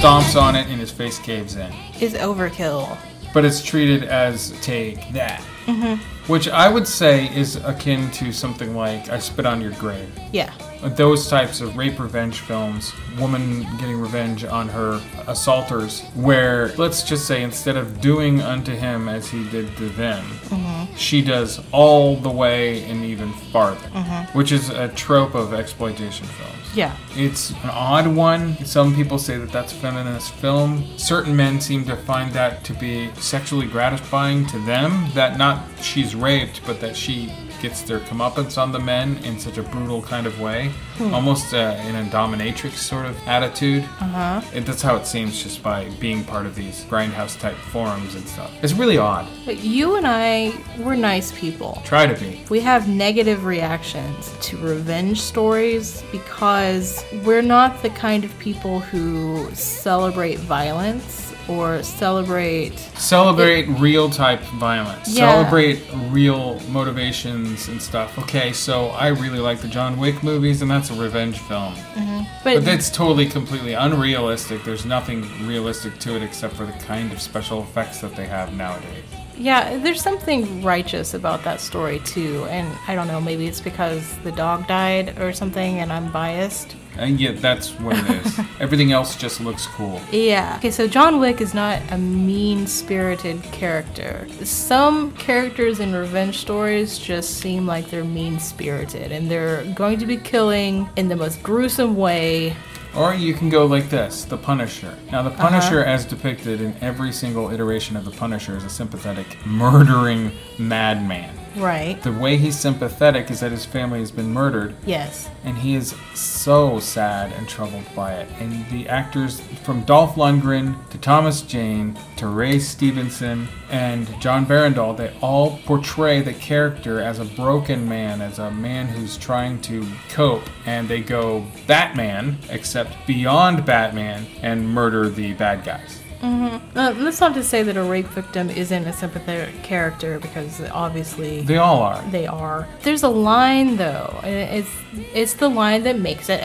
D: Stomps on it, and his face caves in.
C: Is overkill.
D: But it's treated as take that.
C: Mm-hmm.
D: Which I would say is akin to something like I Spit on Your Grave.
C: Yeah.
D: Those types of rape revenge films, woman getting revenge on her assaulters, where let's just say instead of doing unto him as he did to them,
R: Mhm.
D: she does all the way and even farther,
R: Mhm.
C: Mm-hmm.
D: which is a trope of exploitation films.
R: Yeah.
D: It's an odd one. Some people say that that's feminist film. Certain men seem to find that to be sexually gratifying to them. That not she's raped, but that she gets their comeuppance on the men in such a brutal kind of way,
C: Hmm.
D: almost uh, in a dominatrix sort of attitude.
C: Uh-huh.
D: It, that's how it seems just by being part of these grindhouse type forums and stuff. It's really odd.
C: But you and I were nice people.
D: Try to be.
C: We have negative reactions to revenge stories because we're not the kind of people who celebrate violence or celebrate
D: Celebrate real type violence.
C: Yeah.
D: Celebrate real motivations and stuff. Okay, so I really like the John Wick movies, and that's a revenge film. But,
C: But,
D: that's totally completely unrealistic. There's nothing realistic to it except for the kind of special effects that they have nowadays.
C: yeah, there's something righteous about that story too. And I don't know, maybe it's because the dog died or something and I'm biased.
D: And yet, that's what it is. Everything else just looks cool.
C: Yeah. Okay, so John Wick is not a mean spirited character. Some characters in revenge stories just seem like they're mean spirited and they're going to be killing in the most gruesome way.
D: Or you can go like this The Punisher. Now, The Punisher, as depicted in every single iteration of The Punisher, is a sympathetic, murdering madman.
C: Right.
D: The way he's sympathetic is that his family has been murdered.
C: Yes.
D: And he is so sad and troubled by it. And the actors from Dolph Lundgren to Thomas Jane to Ray Stevenson and John Berendal, they all portray the character as a broken man, as a man who's trying to cope. And they go Batman, except beyond Batman, and murder the bad guys.
C: Mm-hmm. Uh, that's not to say that a rape victim isn't a sympathetic character because obviously
D: They all are.
C: They are. There's a line though, and it's it's the line that makes it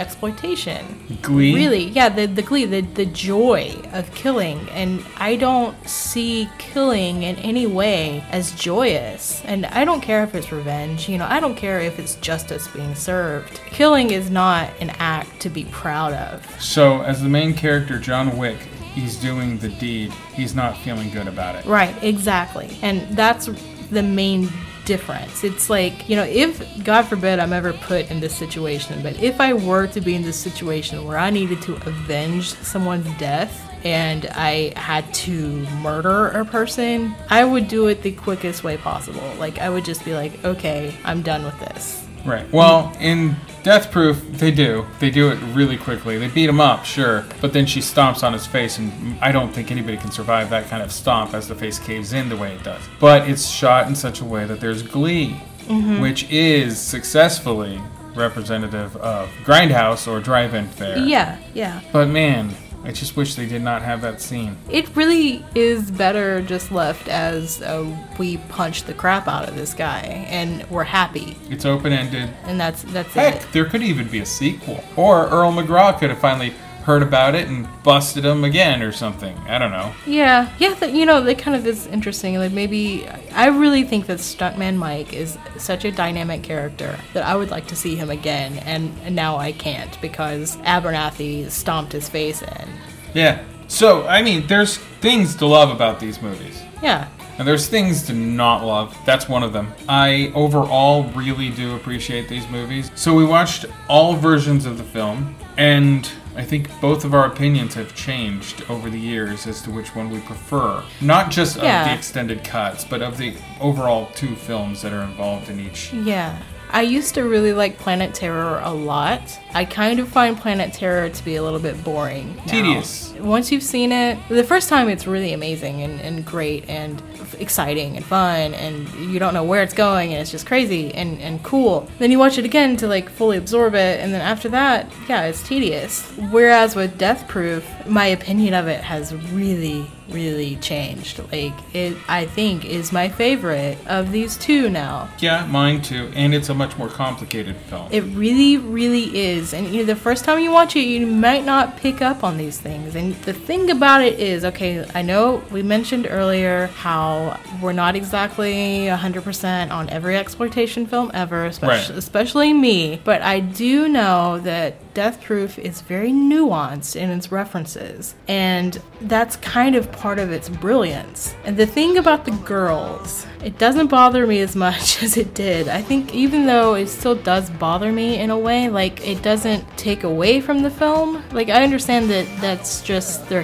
C: exploitation.
D: Glee?
C: Really? Yeah. The the glee, the the joy of killing, and I don't see killing in any way as joyous. And I don't care if it's revenge. You know, I don't care if it's justice being served. Killing is not an act to be proud of.
D: So, as the main character, John Wick, he's doing the deed, he's not feeling good about it.
C: Right, exactly. And that's the main difference. It's like, you know, if, God forbid, I'm ever put in this situation, but if I were to be in this situation where I needed to avenge someone's death, and I had to murder a person, I would do it the quickest way possible. Like, I would just be like, okay, I'm done with this.
D: Right. Well, in Death Proof, they do. They do it really quickly. They beat him up, sure, but then she stomps on his face, and I don't think anybody can survive that kind of stomp as the face caves in the way it does. But it's shot in such a way that there's glee,
R: Mhm.
D: which is successfully representative of Grindhouse or Drive-In Fair.
C: Yeah, yeah.
D: But man, I just wish they did not have that scene.
C: It really is better just left as uh, we punch the crap out of this guy and we're happy.
D: It's open-ended.
C: And that's that's it.
D: Heck, there could even be a sequel. Or Earl McGraw could have finally heard about it and busted him again or something. I don't know.
C: Yeah, yeah, that you know, that kind of is interesting. Like maybe I really think that Stuntman Mike is such a dynamic character that I would like to see him again, and now I can't because Abernathy stomped his face in.
D: Yeah. So, I mean, there's things to love about these movies.
C: Yeah,
D: And there's things to not love. That's one of them. I overall really do appreciate these movies. So we watched all versions of the film, and I think both of our opinions have changed over the years as to which one we prefer. Not just of
C: Yeah.
D: the extended cuts, but of the overall two films that are involved in each.
C: Yeah. I used to really like Planet Terror a lot. I kind of find Planet Terror to be a little bit boring. now.
D: Tedious.
C: Once you've seen it, the first time it's really amazing and, and great and f- exciting and fun, and you don't know where it's going, and it's just crazy and, and cool. Then you watch it again to like fully absorb it, and then after that, yeah, it's tedious. Whereas with Death Proof, my opinion of it has really, really changed. Like, it, I think, is my favorite of these two now.
D: Yeah, mine too. And it's a much more complicated film.
C: It really, really is. And you know, the first time you watch it, you might not pick up on these things. And the thing about it is, okay, I know we mentioned earlier how we're not exactly 100% on every exploitation film ever, especially,
I: Right.
C: especially me, but I do know that Death Proof is very nuanced in its references. And that's kind of part of its brilliance. And the thing about the girls, it doesn't bother me as much [laughs] as it did. I think even though it still does bother me in a way, like it doesn't take away from the film. Like I understand that that's just their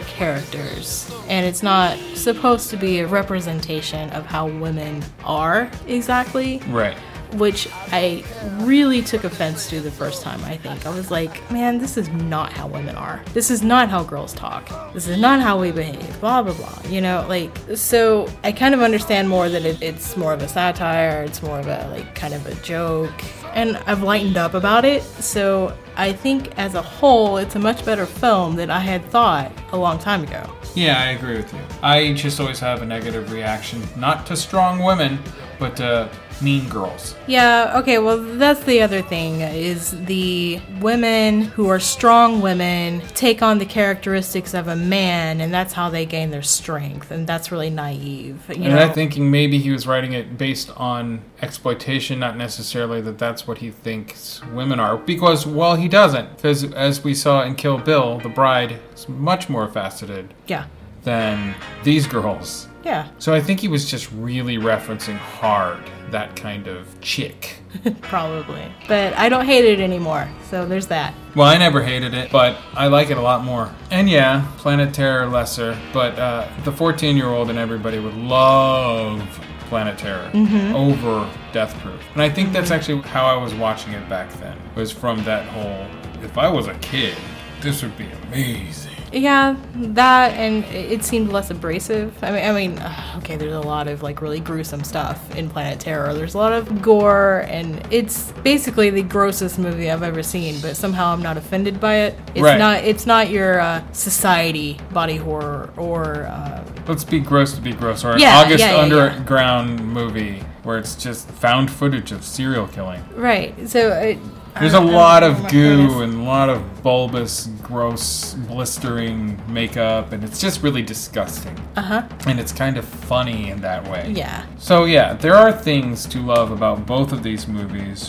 C: characters and it's not supposed to be a representation of how women are exactly
D: Right.
C: which I really took offense to the first time, I think. I was like, man, this is not how women are. This is not how girls talk. This is not how we behave, blah, blah, blah. You know, like, so I kind of understand more that it, it's more of a satire, it's more of a, like, kind of a joke. And I've lightened up about it, so I think as a whole, it's a much better film than I had thought a long time ago.
D: Yeah, I agree with you. I just always have a negative reaction, not to strong women, but to mean girls.
C: Yeah, okay, well, that's the other thing is the women who are strong women take on the characteristics of a man, and that's how they gain their strength, and that's really naive. You
D: and
C: know?
D: I'm thinking maybe he was writing it based on exploitation, not necessarily that that's what he thinks women are. Because, well, he doesn't. Because as we saw in Kill Bill, the bride is much more faceted
C: yeah,
D: than these girls.
C: yeah.
D: So I think he was just really referencing hard that kind of chick.
C: Probably. But I don't hate it anymore, so there's that.
D: Well, I never hated it, but I like it a lot more. And yeah, Planet Terror lesser, but uh, the 14 year old and everybody would love Planet Terror
C: Mhm.
D: over Death Proof. And I think that's actually how I was watching it back then, was from that whole if I was a kid, this would be amazing.
C: Yeah, that and it it seemed less abrasive. I mean, I mean, ugh, okay, there's a lot of like really gruesome stuff in Planet Terror. There's a lot of gore, and it's basically the grossest movie I've ever seen. But somehow I'm not offended by it. It's
D: Right.
C: not. It's not your uh, society body horror or uh,
D: Let's be gross to be gross, or an
C: Yeah,
D: August
C: yeah, yeah,
D: Underground movie where it's just found footage of serial killing.
C: right. So it, um,
D: There's
C: a
D: a lot of goo and a lot of bulbous, gross, blistering makeup, and it's just really disgusting.
C: Uh huh.
D: And it's kind of funny in that way.
C: Yeah.
D: So, yeah, there are things to love about both of these movies.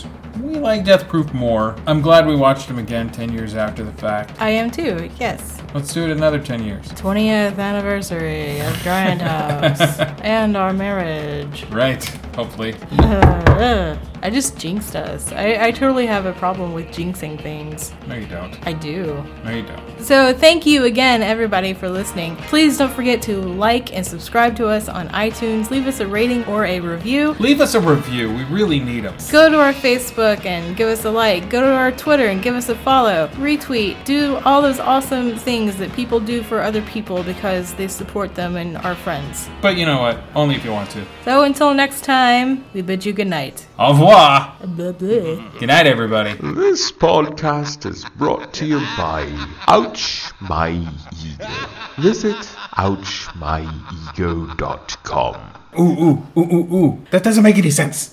D: We like Death Proof more. I'm glad we watched them again 10 years after the fact.
C: I am too. Yes.
D: Let's do it another 10 years.
C: 20th anniversary of Grindhouse
D: [laughs]
C: and our marriage.
D: Right, hopefully.
C: Ugh. I just jinxed us. I, I totally have a problem with jinxing things.
D: No, you don't.
C: I do.
D: No, you don't.
C: So, thank you again, everybody, for listening. Please don't forget to like and subscribe to us on iTunes. Leave us a rating or a review.
D: Leave us a review. We really need them.
C: Go to our Facebook and give us a like. Go to our Twitter and give us a follow. Retweet. Do all those awesome things that people do for other people because they support them and are friends.
D: But you know what? Only if you want to.
C: So, until next time, we bid you good night.
D: Au revoir.
C: Blah, blah.
D: Good night, everybody.
N: This podcast is brought to you by Ouch My Ego. Visit ouchmyego.com.
D: Ooh, ooh, ooh, ooh, ooh. That doesn't make any sense.